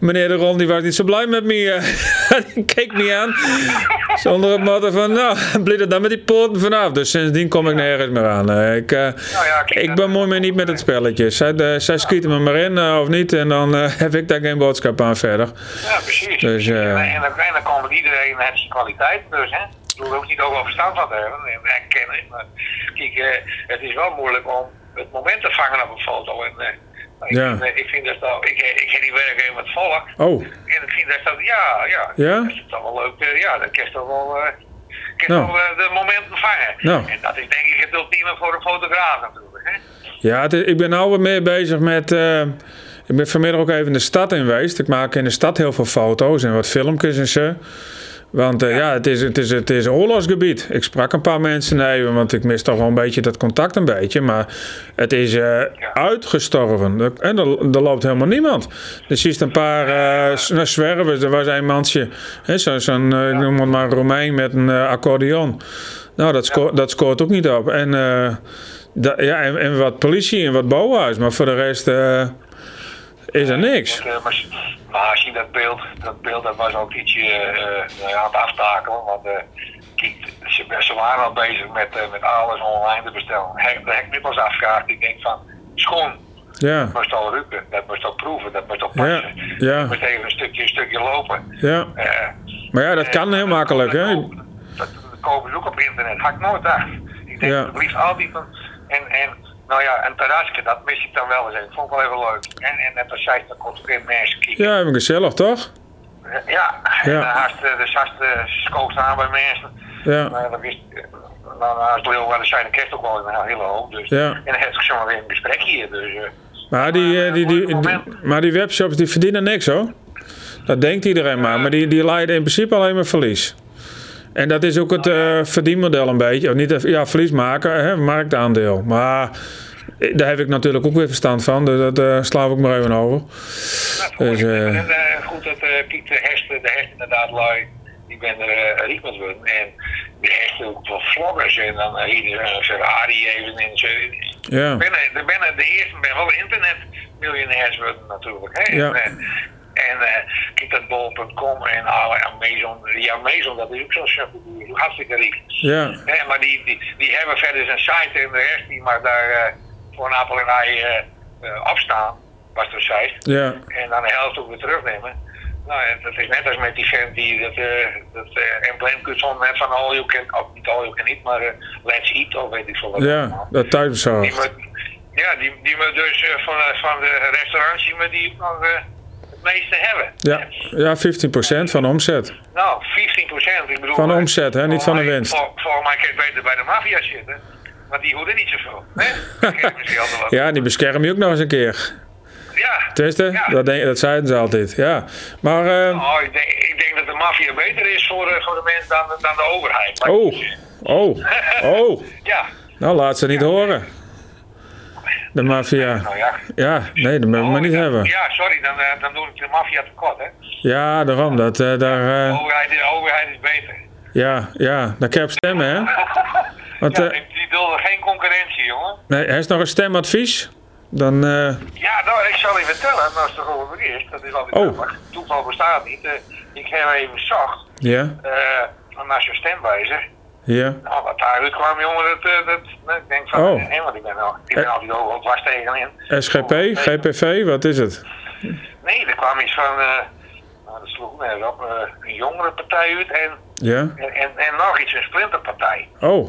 meneer de Ron, die was niet zo blij met me. eh. die keek me aan. Zonder het motto van, nou, blijf er dan met die poorten vanaf. Dus sindsdien kom ik nergens meer aan. Eh, Ik, eh, Nou ja, kijk, ik dat- bemoei me niet met het spelletje. Zij, eh, zij schieten me maar in eh, of niet. En dan eh, heb ik daar geen boodschap aan verder. Ja, precies. Dus, eh, en, en dan, en dan komt iedereen heeft zijn kwaliteit dus, hè? bedoel, ook niet overal verstand van te hebben. En en kennen. Maar kijk, eh, het is wel moeilijk om het moment te vangen op een foto. En, eh, ik, Ja. vind, eh, ik vind dat wel, ik, eh, ik heb die werk even met volk. Oh, En ik vind dat dat, ja, ja. Ja? Dat is toch wel leuk. eh, ja, dat kan je toch wel, eh, kan je Nou. toch wel, eh, de momenten vangen. Nou. En dat is denk ik het ultieme voor een fotograaf natuurlijk. Hè? ja, het is- ik ben nou weer meer bezig met. eh, ik ben vanmiddag ook even in de stad in geweest. Ik maak in de stad heel veel foto's en wat filmpjes en zo. Want eh, ja, het is, het, is, het is een oorlogsgebied. Ik sprak een paar mensen even, want ik mis toch wel een beetje dat contact een beetje. Maar het is eh, uitgestorven. Er- En er, er loopt helemaal niemand. Er ziet een paar eh, s- nou, zwervers. Er was een mansje, hè, zo- zo'n, eh, ik noem het maar Romein met een eh, accordeon. Nou, dat, sco- dat scoort ook niet op. En, eh, da- ja, en, en wat politie en wat boa's. Maar voor de rest eh, is er niks. Want, eh, maar, als- maar als je dat beeld, dat beeld dat was ook ietsje eh, nou ja, aan het aftakelen. Want eh, kijk, ze, ze waren al bezig met, eh, met alles online te bestellen. Hek, de heknippels afgevraagd. Ik denk van, schoon, Ja, dat moest al rukken, dat moest al proeven, dat moest al ja, passen. ja, Dat moest even een stukje, een stukje lopen. ja. Eh, Maar ja, dat kan heel makkelijk, hè? Dat, dat kopen ze ook op internet. Ga ik nooit af. Ik denk, Ja. het liefst altijd een, en, en, nou ja, een terrasje, dat mis ik dan wel eens. Ik vond ik wel even leuk. En, en net als zij, dan komt er geen mensen kijken. Ja, even gezellig, toch? Ja, ja. Ja. En dan haast, eh, dus haast eh, ze kookt aan bij mensen. Ja, Maar dan wist, dan haast Leo waar de zijne kerst ook wel in een hele hoop. Dus. Ja. En dan heeft ze maar weer een gesprek hier. Dus, eh, maar die, eh, die, die, die- maar die webshops die verdienen niks, hoor. Dat denkt iedereen maar, maar die, die leiden in principe alleen maar verlies. En dat is ook het eh, verdienmodel een beetje. Of niet, eh, ja, verlies maken, hè, marktaandeel. Maar eh, daar heb ik natuurlijk ook weer verstand van, dus dat eh slaan we ook maar even over. nou, Dus, eh, en, eh, goed dat eh Piet de Hester, de Hester inderdaad lui. Die ben er eh, riek met worden. En de Hester ook wel vloggers. En dan eh, hier een Ferrari even. En zo. Ja, Ik ben, eh, ik ben, eh, de eerste ben wel internetmiljonairs worden natuurlijk. Hè? Ja. En, eh, en eh, kijk dat bol.com en alle Amazon. Die Amazon, dat is ook zo'n chefbedoel. Hartstikke riek. ja, Hè, maar die, die, die hebben verder zijn site en de rest die maar daar eh, voor een appel en ei eh, eh, opstaan, was de site. ja, En dan de helft ook weer terugnemen. Nou, en dat is net als met die vent die dat, eh dat eh embleem kunt van net van all you can, of niet all you can eat, maar eh, let's eat of weet ik veel wat. ja, allemaal. dat Die thuisbezorgd. moet, ja, die, die moet dus eh, van, eh, van de restaurants die moet die ook nog eh, het meeste hebben. Ja, ja, 15% van de omzet. Nou, 15 procent. Ik bedoel, Van de eh, omzet, hè, niet van de winst. vol- Volgens mij kan je beter bij de maffia zitten. Want die hoeden niet zoveel. Hè? Ik heb misschien altijd wat. Ja, die bescherm je ook nog eens een keer. ja. Tenminste, Ja. dat, denk, dat zeiden ze altijd. Ja. Maar, eh, Oh, ik, denk, ik denk dat de maffia beter is voor, eh, voor de mens dan, dan de overheid. Maar- oh, oh, oh. Ja. Nou, laat ze niet horen. De maffia. Nou ja. Ja, nee, dat moeten we maar niet Oh, hebben. Ja, sorry, dan, eh, dan doe ik de maffia tekort, hè. Ja, daarom. Dat, eh, daar, De eh, overheid, de overheid is beter. ja, ja, daar kan je op stemmen, hè? Want, Ja, eh, die, die dulden geen concurrentie, jongen. nee, er is nog een stemadvies. Dan, eh, Ja, nou, ik zal je vertellen, als het erover is, dat is altijd Oh. grappig. Toeval bestaat niet. Eh, ik heb even zacht ja, eh naar zo'n stemwijzer. ja, Nou, wat daaruit kwam, jongen, dat, eh, dat, nou, ik denk van, Oh. eh, hè, want ik ben, al, ik ben Eh. altijd al wat was Oh, tegenin. SGP, Nee, GPV, wat is het? Nee, er kwam iets van, eh, nou, dat sloeg nergens op, eh, een jongere partij uit en, Ja, en, en, en nog iets, een splinterpartij. Dus, eh, oh.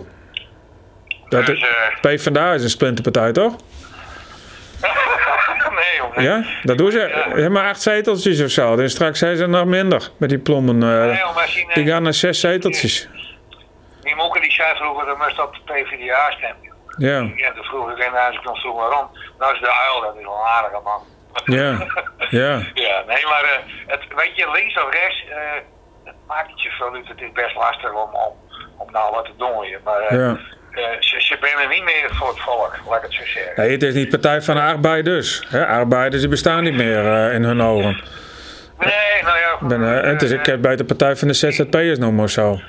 Dat is, PvdA is een splinterpartij, toch? nee, jongen. Ja, dat doen ze. Helemaal maar acht zeteltjes of zo. Dus straks zijn ze nog minder met die plommen. eh. Nee, jongen, als je, eh, die gaan naar zes zeteltjes. die moeken die zei vroeger, dan moest op de PvdA stemmen. Ja, Ja, toen vroeg ik en als ik nog vroeg waarom. Nou is de uil, dat is wel een aardige man. ja, ja, Ja, nee, maar eh, het, weet je, links of rechts, eh, het maakt niet zoveel uit. Het is best lastig om, om, om nou wat te doen hier. Maar eh, ja. eh, ze, ze ben er niet meer voor het volk, laat ik het zo zeggen. Nee, het is niet Partij van de Arbeiders. Hè, arbeiders die bestaan niet meer eh, in hun ogen. Nee, nou ja. goed, Ben, eh, het is, ik eh, heb bij de Partij van de ZZP'ers noemen of zo.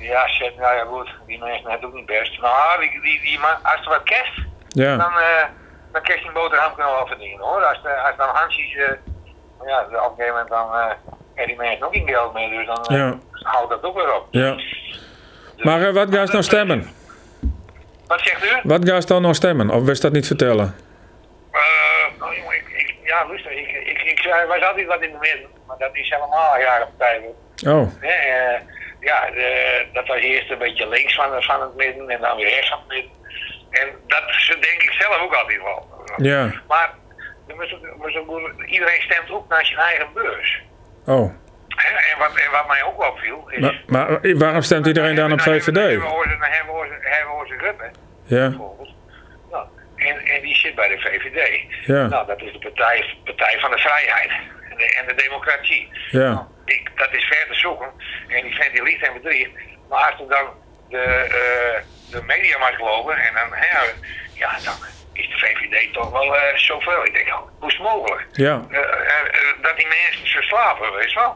Ja, shit, nou ja, goed. Die mensen hebben het ook niet best. Maar die, die, die man, als er wat kerst, dan, Ja, eh dan kerst die boterham kunnen wel verdienen hoor. Als, de, als dan Hansjes, eh, ja, op een gegeven moment dan eh hebben die mensen ook geen geld meer. Dus dan eh, Ja. houdt dat ook weer op. ja. Maar eh, wat gaan ze nou stemmen? Wat zegt u? Wat gaan ze dan nog stemmen? Of wist dat niet vertellen? Eh, oh, jongen, ik, ik- ja, luister, ik, ik, ik, eh, was altijd wat in de midden, maar dat is helemaal jaren partij. Oh, Hè, eh, ja, eh, dat was eerst een beetje links van, van het midden en dan weer rechts van het midden. En dat is, denk ik zelf ook altijd wel. Ja. Maar er moet ook- moet ook- iedereen stemt ook naar zijn eigen beurs. Oh. Hè, En wat, en wat mij ook opviel is... Maar, maar waarom stemt iedereen dan op Dan VVD? hebben we onze- dan hebben we onze- hebben we onze Rutte Ja. bijvoorbeeld. Nou, en, en die zit bij de VVD. Ja. Nou, dat is de partij, partij van de vrijheid en de, en de democratie. Ja. Nou, ik, dat is ver te zoeken. En die vent die liegt en bedriegt. Maar als we dan de, eh, de media maar geloven, en dan, hè, ja, dan is de VVD toch wel eh, zoveel. Ik denk, oh, hoe is het mogelijk? Ja. Eh, eh, eh, dat die mensen zo slapen, weet je wel?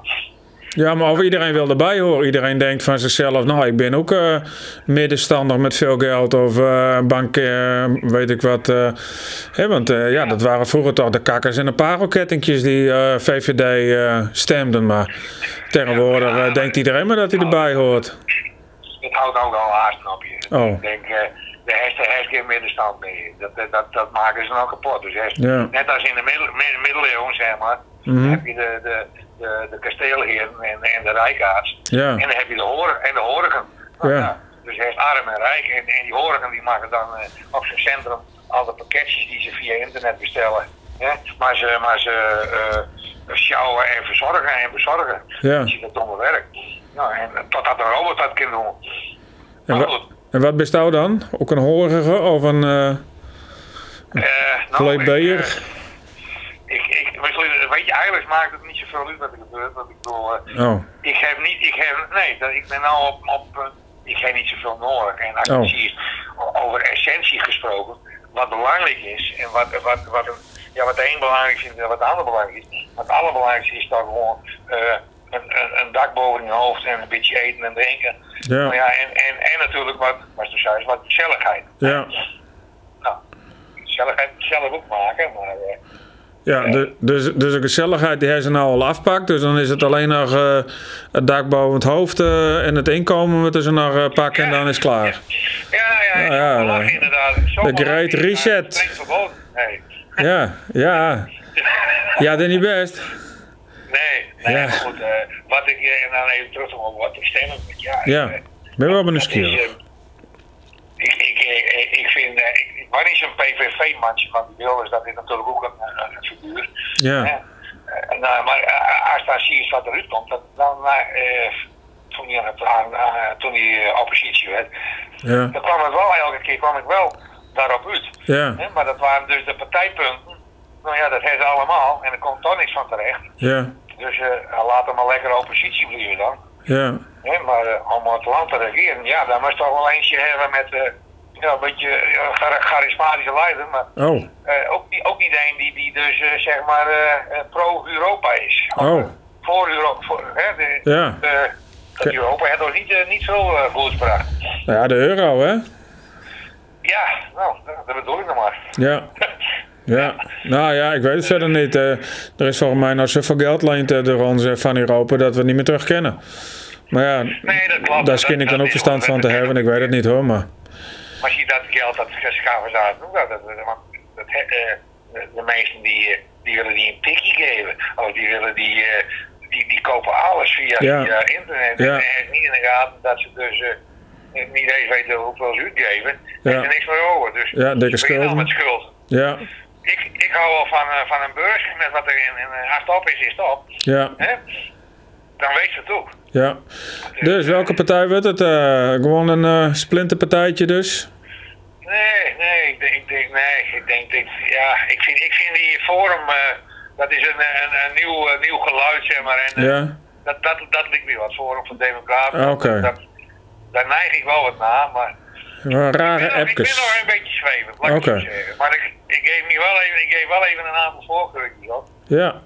ja, maar of iedereen wil erbij horen. Iedereen denkt van zichzelf, nou ik ben ook eh, middenstander met veel geld of eh bank, eh, weet ik wat. eh. Hè, want eh, ja, dat waren vroeger toch de kakkers en de parelkettingjes die eh, VVD eh, stemden. Maar tegenwoordig eh, denkt iedereen maar dat hij erbij hoort. Het houdt ook al haast op je. Oh. Ik denk, eh, de hashtag heeft geen middenstand meer. Dat, dat- dat, dat maken ze nou kapot. Dus eerst- Ja. Mhm. net als in de middel- mid- middeleeuwen, zeg maar, heb je de, de, de, de kasteelheren en, en de rijkaards. Ja. En dan heb je de horen en de horigen. Nou, Ja. dus hij is arm en rijk. En, en die horigen die maken dan eh, op zijn centrum al de pakketjes die ze via internet bestellen. Hè? Maar ze, maar ze eh, sjouwen en verzorgen en bezorgen. Ja. Dat is dat domme werk. Nou, en totdat een robot dat kan doen. En, Maar wa- goed. en wat bist jou dan? Ook een horige of een... eh, Eh, nou, Plebejer. Ik, eh, ik, ik, weet je, weet je, eigenlijk maakt het niet zoveel uit wat er gebeurt. Want ik bedoel, eh, Oh, ik heb niet, ik heb, nee, dat, ik ben nou op, op eh, ik heb niet zoveel nodig. En als Oh. je ziet, o- over essentie gesproken, wat belangrijk is en wat, wat, wat, een, ja, wat de een belangrijk vindt en wat de ander belangrijk is. Wat het allerbelangrijkste is dan gewoon eh, een, een, een dak boven je hoofd en een beetje eten en drinken. Ja. Maar ja en, en, en natuurlijk wat, wat, is, wat gezelligheid. ja. Nou, gezelligheid moet je zelf ook maken, maar... eh, Ja, du- dus, dus de gezelligheid die hij ze nou al afpakt. Dus dan is het alleen nog eh, het dak boven het hoofd eh, en het inkomen wat ze nog eh, pakken en dan is het klaar. Ja, ja, Nou ja, ja, ja, de- inderdaad. Zo de Great Reset. Nee, Ja, ja. Ja, dat is niet best. nee, nee Ja. maar goed. eh, wat ik, eh, en dan even terug op wat ik stem. heb, Ja, Ja, eh, ik ben wel dat is, benieuwd. eh, ik, ik, ik, ik vind, eh, ik, wanneer zo'n PVV-mandje van die Wilders, dus dat is natuurlijk ook een, een, een figuur. Ja. Hè? Eh, nou, maar eh, als daar zie je wat eruit komt, dat, dan, eh, toen hij, aan het- aan, aan- toen hij eh, oppositie werd, Ja. dan kwam het wel, elke keer kwam ik wel daarop uit. Hè, Ja, maar dat waren dus de partijpunten. Nou ja, dat hebben ze allemaal en er komt toch niks van terecht. ja, Dus eh, laat hem maar lekker oppositie blijven dan. ja. Hè, maar eh, om het land te regeren, ja, daar moest toch wel eentje hebben met eh, ja, een beetje eh, char- charismatische leider. Maar Oh, eh, ook, niet, ook niet een die, die dus eh, zeg maar eh, eh, pro-Europa is. Of, Oh. eh, Voor Europa. Voor, hè, de, Ja. de- dat Europa heeft ons niet, eh, niet veel eh goeds gebracht. nou ja, de euro hè? Ja, nou, dat- dat bedoel ik nog maar. Ja. Ja, nou ja, ik weet het verder niet. eh. er is volgens mij nou zoveel geld leent eh, door ons eh, van Europa dat we het niet meer terugkennen. Maar ja, Nee, dat klopt. daar schijn ik dan ook is verstand van te onwettig. hebben. Ik weet het niet hoor, maar... Maar zie dat geld dat geschaven zaten, doen dat. dat, dat- want dat eh, de- de meesten die, eh, die willen die een tikkie geven. Of die willen die, eh, die, die kopen alles via, Ja. via internet. Ja. En heeft niet in de gaten dat ze dus eh, niet eens weten hoeveel ze uitgeven. Ja. En er niks meer over. Dus Ja, dikke ze beginnen al schulden. met schuld. Ja, Ik, ik hou wel van, eh, van een beurs met wat erin. En eh, als het op is, is het op. ja, Hè? Dan weet ze het ook. ja. Dus welke partij wordt het? eh? gewoon een eh, splinterpartijtje dus? Nee, nee, ik denk, ik denk nee, ik denk, ik, ja, ik vind, ik vind die forum, eh, dat is een, een, een nieuw, eh, nieuw geluid, zeg maar, en eh, Ja, dat, dat, dat ligt me wat, Forum van Democraten, Ah, oké. dat, daar neig ik wel wat naar, maar Eh, ik rare ben, nog- ik ben nog appjes. een beetje zwevend, laat ik het Oké. zo zeggen, maar ik, ik, geef me wel even, ik geef wel even een aantal voorkeuren hierop. Ja.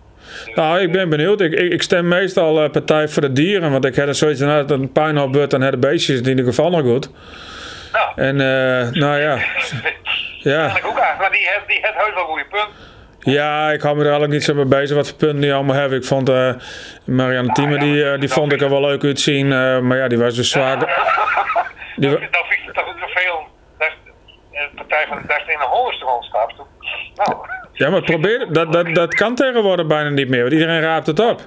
Nou, ik ben benieuwd. Ik, ik, ik stem meestal eh, Partij voor de Dieren, want ik heb er zoiets aan dat het een puinhoop wordt en de beestjes die in ieder geval nog goed. Nou, En eh, nou ja, ja. eigenlijk ook aan, maar die heeft, die heeft heus wel goede punten. Ja, ik hou me er eigenlijk niet zo mee bezig wat voor punten die allemaal hebben. Ik vond eh, Marianne Thieme, die, eh, die vond ik er wel leuk uitzien, eh, maar ja, die was dus zwaar... Die wa- Dan dan vind ik het toch ook zoveel. Dat is- eh, de Partij van de Dast in de Hollenstrand staat. Nou, Ja, maar probeer, dat, dat, dat kan tegenwoordig bijna niet meer, want iedereen raapt het op.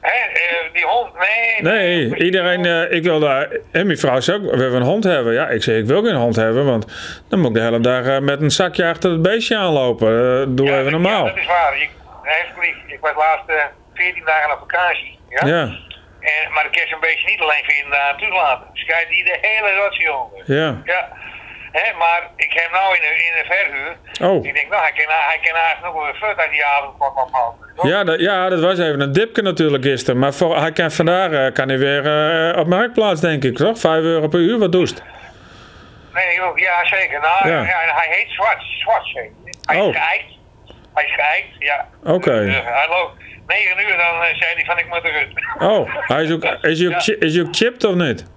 hè, eh, die hond. Nee. Nee, iedereen, eh, ik wil daar. En mijn vrouw zei ook: we hebben een hond hebben. Ja, ik zei: ik wil geen hond hebben, want dan moet ik de hele dag eh, met een zakje achter het beestje aanlopen. Eh, doe Ja, even dat- normaal. Ja, dat is waar. Ik, hij heeft gelijk. ik was laatst eh, 14 dagen op vakantie. Ja? Ja, En, maar ik kan ze een beetje niet alleen 14 dagen toelaten. Schijt Dus die de hele rotsie jongen. ja. Ja. Hè, maar ik heb nou in de, in de verhuur. Oh. Ik denk, nou, hij kan, hij kan eigenlijk nog wel weer fut uit die avond kwam afhalen. Ja dat, ja, dat was even een dipje natuurlijk gisteren. Maar voor, hij kan vandaag eh, kan hij weer eh, op marktplaats, denk ik, toch? Vijf euro per uur, wat doest? Nee, joh, ja, zeker. Nou, Ja. ja, hij heet Zwart. Zwart, zeker. Hij Oh. is geëikt. Hij is geëikt, ja. Oké. Dus, eh, hij loopt 9 uur, dan eh, zei hij van ik moet eruit. Oh, hij is ook, is hij ook, Ja. chi- is hij ook chipped of niet?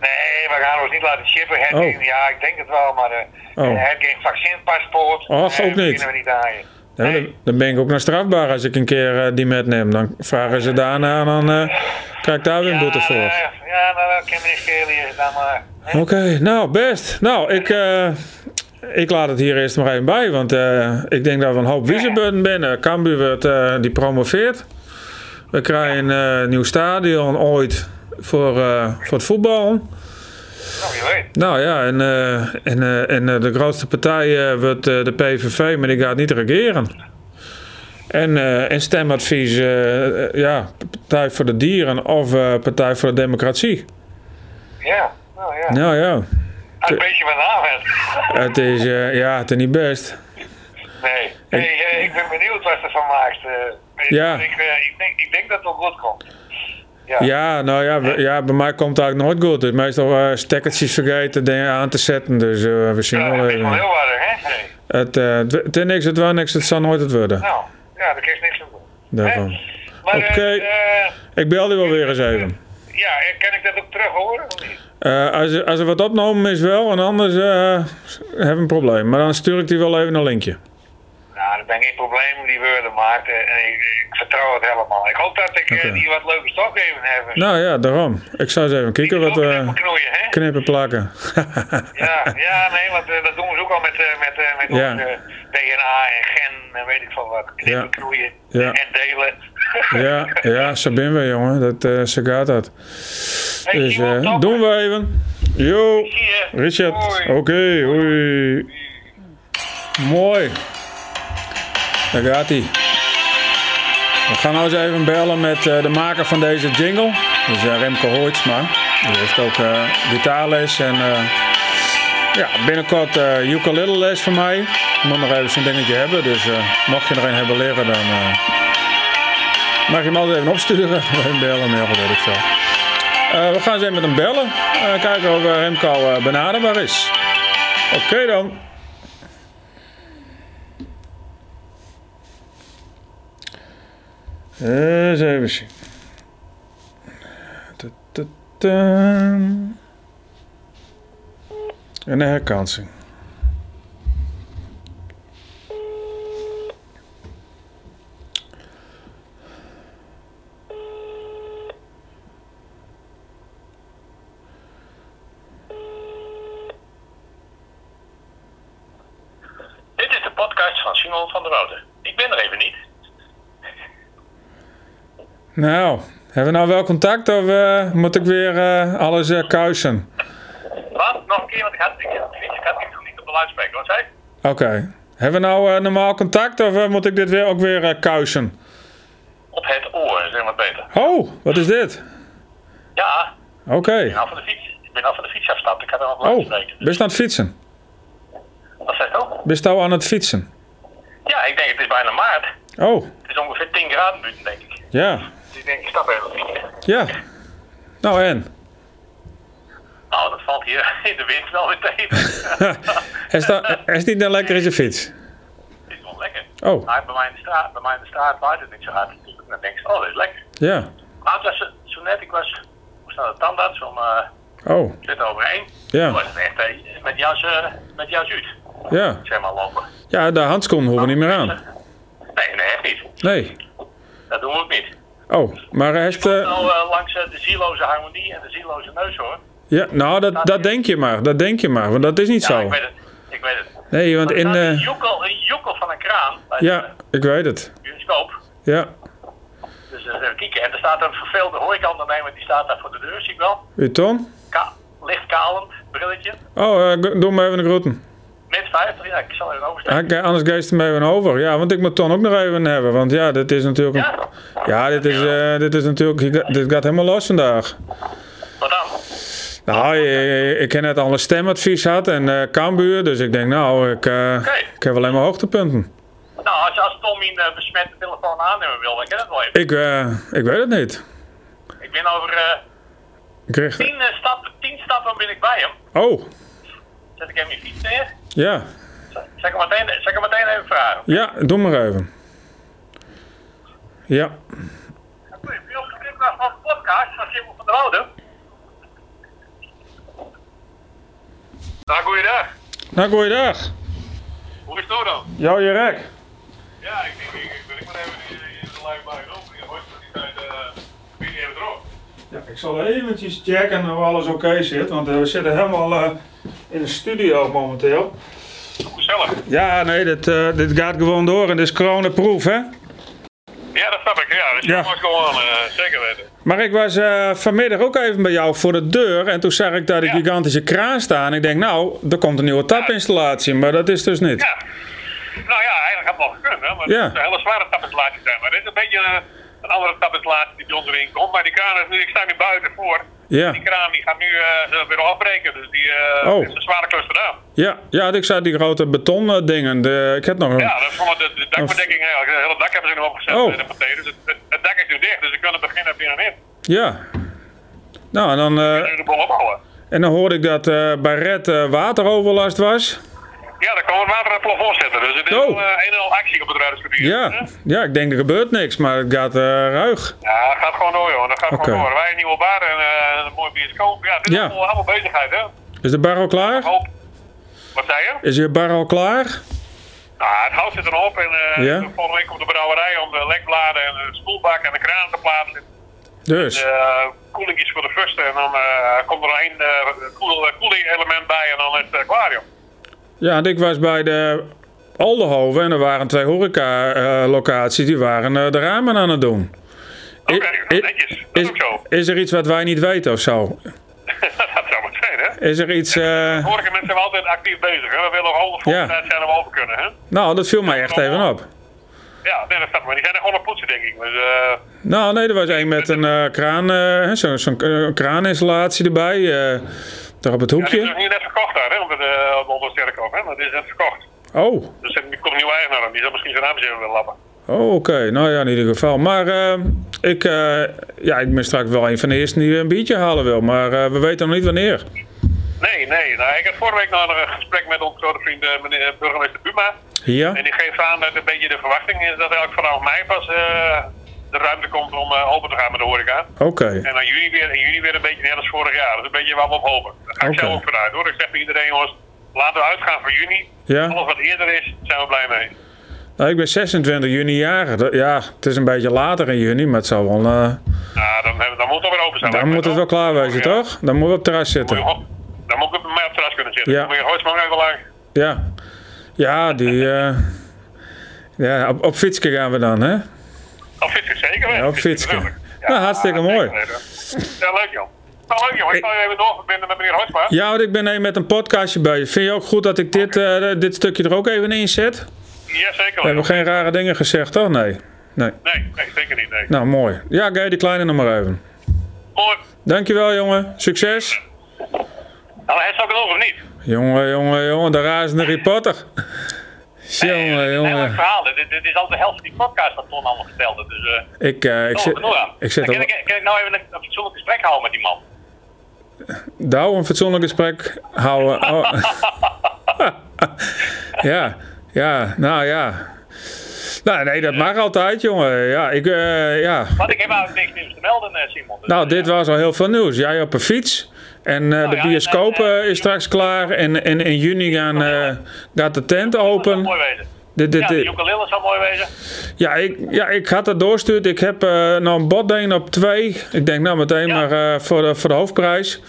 Nee, we gaan ons niet laten chippen. Het Oh. ging- Ja, ik denk het wel, maar eh Oh. hij heeft geen vaccinpaspoort. Och, Eh, ook dat niet. kunnen we niet aan je. Ja, Nee. dan, dan ben ik ook naar strafbaar als ik een keer eh, die metneem. Dan vragen ze daarna en dan eh, krijg ik daar weer een boete voor. Ja, eh, ja, nou, dat kan me niet schelen hier, dan eh, maar. Oké, nou best. Nou, ik, eh, ik laat het hier eerst maar even bij. Want eh, ik denk dat we een hoop wiezenbun binnen. Cambuur wordt, eh, die promoveert. We krijgen eh, een nieuw stadion ooit voor, eh, voor het voetbal. Nou, je weet. Nou ja, en, eh, en, eh, en eh, de grootste partij eh, wordt eh, de PVV, maar die gaat niet regeren. En, eh, en stemadvies, eh, eh, ja, Partij voor de Dieren of eh, Partij voor de Democratie. Ja, nou ja. Nou ja, Hij is Een beetje mijn naam, hè. het is, eh, ja, het is niet best. Nee. Hey, eh, ik ben benieuwd wat ze van maakt. eh. Ja. ik, eh, ik, denk, ik denk dat het wel goed komt. Ja. Ja, nou ja, we- ja, bij mij komt het eigenlijk nooit goed. Dus meestal eh stekkertjes vergeten dingen aan te zetten, dus eh, we zien Ja, wel dat is wel even. heel waardig, hè? Hey. Het, eh, het, het is niks, het was niks, het zal nooit het worden. Nou, ja, daar kreeg niks aan doen. Daarvan. Maar, eh, Oké. eh, Ik bel die wel weer eens even. ja, eh, kan ik dat ook terug horen? of niet? Eh, als, er, als er wat opgenomen is wel, en anders eh hebben we een probleem. Maar dan stuur ik die wel even een linkje. Nou, dat ben geen probleem, die woorden maakt. eh, En ik, ik vertrouw het helemaal. Ik hoop dat ik eh, Oké. die wat leuke stokken even heb. Nou ja, daarom. Ik zou eens even kijken wat eh, we even knoeien, hè? knippen plakken. Ja, ja, nee, want eh, dat doen we ook al met, eh, met, eh, met Ja. onze DNA en gen en weet ik veel wat. Knippen, Ja. knoeien Ja. en delen. ja, ja, zo ben we jongen. Dat, eh zo gaat dat. Hey, Dus Simon, eh, top. doen we even. Yo, Zie je. Richard. Oké, Hoi. hoi. Mooi. Daar gaat hij. We gaan nou eens even bellen met eh, de maker van deze jingle. Dus eh, Remco Hoitsma. Die heeft ook eh gitaarles en eh, ja, binnenkort eh ukulele les van mij. Ik moet nog even zo'n dingetje hebben, dus eh, mocht je er een hebben leren, dan eh, mag je hem altijd even opsturen. Even bellen, mail, weet ik veel. Eh, we gaan eens even met hem bellen. Eh, kijken of eh, Remco eh, benaderbaar is. Oké dan. Eh, Eens even zien. Ta, ta, ta. En een herkansing. Dit is de podcast van Simon van der Woude. Ik ben er even niet. Nou, hebben we nou wel contact of eh, moet ik weer eh, alles eh, kuisen? Wat? Nog een keer, want ik had, ik, ik, ik had hem niet op de luidspreker. Wat zei je? Oké. Hebben we nou eh, normaal contact of eh, moet ik dit weer ook weer eh, kuisen? Op het oor, zeg maar beter. Oh, wat is dit? Ja, Oké. ik ben af van de fiets. Ik ben af van de fiets afgestapt. Ik had hem op de Oh, luidspreker. bist aan het fietsen? Wat zei je nou? Bist nou aan het fietsen? Ja, ik denk het is bijna maart. Oh, Het is ongeveer 10 graden buiten, denk ik. ja. Dus ik denk, ik stap even op de fiets. Ja. Nou en? Nou, dat valt hier in de wind wel weer tegen. Hij is, dan- hij is niet dan lekker in zijn fiets. Het is wel lekker. Oh, Maar bij mij in de straat, bij mij in de straat waait het niet zo hard. Dus dan denk ik, oh, dat is lekker. ja. Maar het was eh, zo net, ik was, hoe staat de tandarts om eh Oh, zit overheen. Maar ja. het is echt eh, met jas, eh, met jas uit, Ja. zeg maar, lopen. Ja, de handschoenen hoeven niet meer aan. Nee, nee, echt niet. Nee. Dat doen we ook niet. Oh, maar hij heeft... eh, Nou, eh, langs eh, de zieloze harmonie en de zieloze neus, hoor. ja, nou, dat, dat denk je maar. Dat denk je maar, want dat is niet Ja, zo. Nou, ik weet het. Ik weet het. Nee, want Er in... staat een, eh, joekel, een joekel van een kraan bij ja, ik weet het. de bioscoop. Ja. Dus eh, eens even kijken. En er staat een verveelde horecaondernemer, die staat daar voor de deur, zie ik wel. U Ton? Ka licht kalend, brilletje. Oh, eh, doe me even een groeten. Met 50, ja, ik zal even oversteken. Oké, anders geest hem even over. Ja, want ik moet Ton ook nog even hebben. Want ja, dit is natuurlijk... Een... Ja? Ja, dit is, eh, dit is natuurlijk... Dit gaat helemaal los vandaag. Wat dan? Nou, eh, ik ken net al een stemadvies had en eh Kambuur, dus ik denk nou, ik, eh, ik heb alleen maar hoogtepunten. Nou, als, als Tom in eh, besmette telefoon aannemen wil, dan ken dat wel even. Ik, eh, ik weet het niet. Ik ben over eh, Ik kreeg... tien, eh, stappen, tien stappen ben ik bij hem. Oh, Zet ik hem in fiets neer. ja. Zal ik hem meteen, zal ik hem meteen even vragen? Ja, doe maar even. Ja. Goeie, bij ons de van de podcast van Simon van der Wouden. Nou, goeiedag. Nou, goeiedag. Hoe is het nou dan? Jo, Jerek. Ja, ik denk, ik, ik ben maar even in, in de lijn bij de opening. Hoor, die zijn, eh, wie die hebben erop? Ja, ik zal eventjes checken of alles oké zit, want eh, we zitten helemaal eh, in de studio momenteel. Gezellig. Ja, nee, dit, eh, dit gaat gewoon door en dit is coronaproof, hè? Ja, dat snap ik. Ja, dat is Ja. ja. gewoon, eh, zeker weten. Maar ik was eh, vanmiddag ook even bij jou voor de deur en toen zag ik daar die Ja. gigantische kraan staan. Ik denk, nou, er komt een nieuwe tapinstallatie, maar dat is dus niet. Ja. Nou ja, eigenlijk had het wel gekund, hè. Maar Ja. Het is een hele zware tapinstallatie zijn. Maar dit is een beetje eh, een andere tapinstallatie die bij ons erin komt. Maar die kraan is nu, ik sta nu buiten voor. Ja, Die kraan die gaat nu eh, weer afbreken, dus die eh, Oh. is een zware klus gedaan. ja, ja ik zag die grote betondingen. dingen. De, ik heb nog een... Ja, dat is gewoon de, de dakbedekking eigenlijk. Het hele dak hebben ze nu opgezet Oh. in de partij. Dus het, het, het dak is nu dicht, dus ik kan het beginnen binnenin. Ja. Nou, en dan, eh, En nu de boel ophouden. en dan hoorde ik dat eh, bij Red eh, wateroverlast was. Ja, dan kan het water aan het plafond zetten. Dus het is Oh. wel eh, een en al actie op het rijdersgebied. Ja, ja, ik denk er gebeurt niks, maar het gaat eh, ruig. Ja, het gaat gewoon door, joh. Dat gaat Oké. gewoon door. Wij een nieuwe bar en eh, een mooie bioscoop. Ja, dit is Ja. allemaal, allemaal bezigheid, hè. Is de bar al klaar? Hoop. Wat zei je? Is je bar al klaar? Nou, het hout zit erop en eh Ja. volgende week komt de brouwerij om de lekbladen en de spoelbak en de kraan te plaatsen. Dus, eh koeling is voor de fusten en dan eh, komt er nog één eh, koel- koeling element bij en dan is het aquarium. ja, en ik was bij de Aldehoven en er waren twee horeca-locaties, die waren eh, de ramen aan het doen. Oké, I- nou, netjes. Dat is ook zo. is er iets wat wij niet weten of zo? dat zou het zijn, hè? Is er iets... eh, Vorige mensen zijn altijd actief bezig, hè? We willen gewoon Ja. voorbereid zijn om over kunnen, hè? Nou, dat viel mij echt even op. Ja, nee, dat snap ik. Maar die zijn er gewoon aan het poetsen, denk ik. Dus, eh, Nou, nee, er was één met een eh, kraan, eh, zo'n zo'n, eh, kraaninstallatie erbij. eh, daar op het ja, die is hoekje. nu net verkocht daar, hè? Op de, op de Ondersterkhof, hè? Dat is net verkocht. Oh, Dus er komt een nieuwe eigenaar aan. Die zal misschien zijn naam eens even willen lappen. oh oké. Nou ja, in ieder geval. Maar eh, ik, eh, ja, ik ben straks wel een van de eersten die een biertje halen wil. Maar eh, we weten nog niet wanneer. Nee, nee. Nou, ik had vorige week nog een gesprek met onze grote vriend eh, meneer eh, burgemeester Buma. En Ja? die geeft aan dat een beetje de verwachting is dat eigenlijk vanaf mei pas eh, de ruimte komt om eh, open te gaan met de horeca. Oké. En dan juni weer, in juni weer een beetje net als vorig jaar. Dat is een beetje waar we op hopen. Daar ga ik Oké. zelf ook vanuit hoor. Ik zeg bij iedereen jongens, laten we uitgaan voor juni. Ja? Alles wat eerder is, zijn we blij mee. Nou, ik ben 26 juni jarig. Dat- Ja, het is een beetje later in juni, maar het zal wel... eh, Nou, dan, hebben- dan moet het weer open zijn. dan lijkt moet me, het wel toch? klaar wezen, Ja. toch? Dan moeten we op het terras Moet je zitten. op- Dan moet ik op mij op het terras kunnen zitten. Ja. Dan moet je hoogsmang even lang. Ja. Ja, die... eh, ja, op, op fietske gaan we dan, hè? Op fietsen zeker hè? Ja, op Fietsen, fietsen. natuurlijk. Nou, hartstikke zeker mooi. weten. Ja, leuk joh. Nou, leuk joh. Ik zal je even doorverbinden met meneer Hoogsma. Ja, want ik ben even met een podcastje bezig. Vind je ook goed dat ik dit, eh, dit stukje er ook even in zet? Ja, zeker. We wel. hebben geen rare dingen gezegd, toch? Nee. Nee. Nee, nee, zeker niet. Nee. Nou, mooi. Ja, ga je die kleine nog maar even. Mooi. Dankjewel, jongen. Succes. Nou, hij zou het over of niet? Jongen, jongen, jongen. De razende reporter. Jongen, Heel jongen. verhaal. Dit, dit is al de helft van die podcast wat Ton allemaal vertelde. Dus eh Ik, eh, ik ik zit... er nog aan. Ik zit Dan al... kan, ik, kan ik nou even een, een fatsoenlijk gesprek houden met die man? Douw, een fatsoenlijk gesprek houden. Oh. ja, ja, nou ja. Nou, nee, dat mag altijd, jongen. Ja, ik... eh, ja. Want ik heb eigenlijk niks nieuws te melden, eh, Simon. Dus, Nou, eh, dit ja. was al heel veel nieuws. Jij op een fiets. En eh, de ja, bioscoop en, eh, eh, is straks klaar. En, en in juni gaan, eh, gaat de tent Dat zou open. mooi wezen. Dit, dit, Ja, die dit- ukulele zou mooi wezen. ja, ik, ja, ik had dat doorstuurd. Ik heb eh nou een botdeen op twee. Ik denk nou meteen Ja. maar eh, voor, de, voor de hoofdprijs.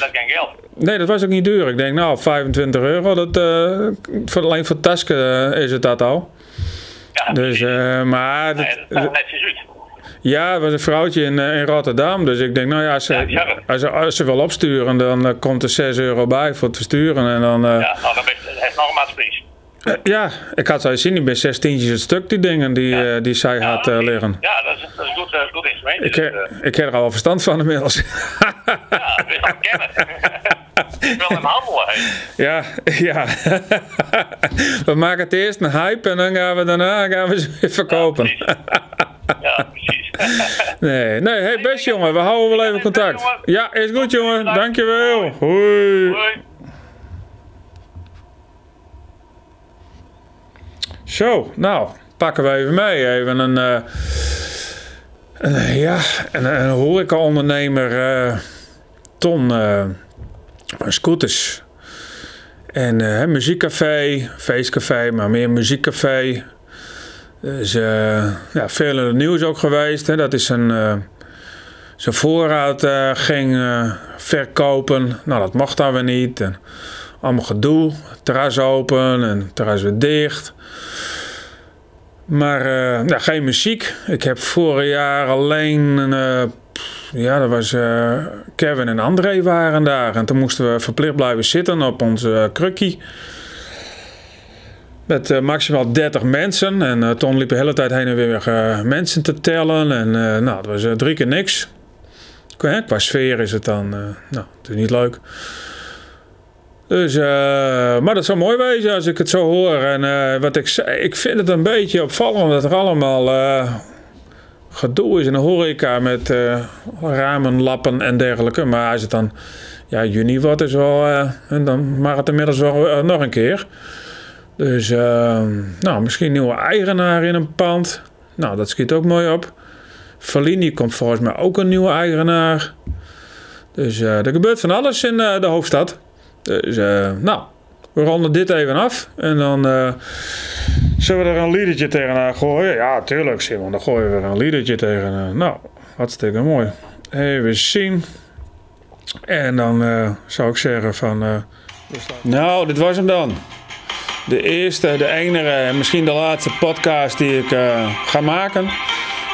Dat kan geld. Nee, dat was ook niet duur. Ik denk nou 25 euro. Dat, eh, voor, alleen voor tasken eh, is het dat al. Ja, Dus, eh, maar... nee, dit- dat zag er netjes uit. Ja, het was een vrouwtje in, eh, in Rotterdam. Dus ik denk, nou ja, als ze, Ja, ja. Als ze, als ze wil opsturen, dan eh, komt er 6 euro bij voor het versturen. En dan, eh, Ja, nou, dan ben je echt nogmaals prijs. eh, ja, ik had zo zien, die ben 16 het stuk, die dingen die, eh, die zij had eh, liggen. Ja, dat is, dat is goed, eh, goed instrument. Ik, Dus, he- ik heb er al wel verstand van inmiddels. eh, ja, dat is al kennen. ik wil hem handelen. hè. ja, ja. we maken het eerst een hype en dan gaan we daarna gaan we ze weer verkopen. precies. Ja, precies. nee, nee, hey, best jongen, we houden wel even contact. Ja, is goed jongen, dankjewel. Hoi. Hoi. Zo, nou, pakken we even mee. Even een, eh, een, ja, een, een horecaondernemer, eh, Ton eh, van Scooters. En eh, hè, muziekcafé, feestcafé, maar meer muziekcafé. Dus eh, ja, veel in het nieuws ook geweest. Hè. Dat is een... eh, zijn voorraad eh, ging eh, verkopen. Nou, dat mag daar weer niet. En allemaal gedoe. Terras open en terras weer dicht. Maar eh, ja, geen muziek. Ik heb vorig jaar alleen. een, eh, pff, ja, dat was. eh, Kevin en André waren daar. En toen moesten we verplicht blijven zitten op onze eh, krukkie. Met eh, maximaal 30 mensen. En eh Ton liep de hele tijd heen en weer eh, mensen te tellen. En eh, nou, dat was eh, drie keer niks. Qua, hè, qua sfeer is het dan. eh, nou, het is niet leuk. Dus, eh, maar dat zou mooi wezen als ik het zo hoor. En eh, wat ik zei, ik vind het een beetje opvallend dat er allemaal eh, gedoe is in de horeca met eh, ramen, lappen en dergelijke. Maar als het dan ja, juni wordt, is wel, eh, en dan mag het inmiddels wel eh, nog een keer. Dus, eh, nou, misschien nieuwe eigenaar in een pand. Nou, dat schiet ook mooi op. Fellini komt volgens mij ook een nieuwe eigenaar. Dus eh, er gebeurt van alles in eh, de hoofdstad. Dus, eh, nou, we ronden dit even af. En dan eh, zullen we er een liedertje tegenaan gooien. Ja, tuurlijk, Simon. Dan gooien we er een liedertje tegenaan. Nou, hartstikke mooi. Even zien. En dan eh, zou ik zeggen van... eh, nou, dit was hem dan. De eerste, de enige en misschien de laatste podcast die ik eh, ga maken.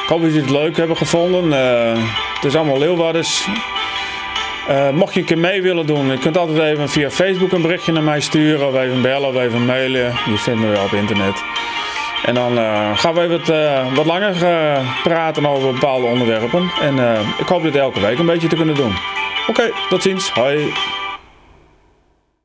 Ik hoop dat jullie het leuk hebben gevonden. Eh, het is allemaal Leeuwarders. Eh, mocht je een keer mee willen doen, je kunt altijd even via Facebook een berichtje naar mij sturen. Of even bellen of even mailen. Je vindt me wel op internet. En dan eh, gaan we even wat, eh, wat langer eh, praten over bepaalde onderwerpen. En eh, ik hoop dit elke week een beetje te kunnen doen. Oké, tot ziens. Hoi.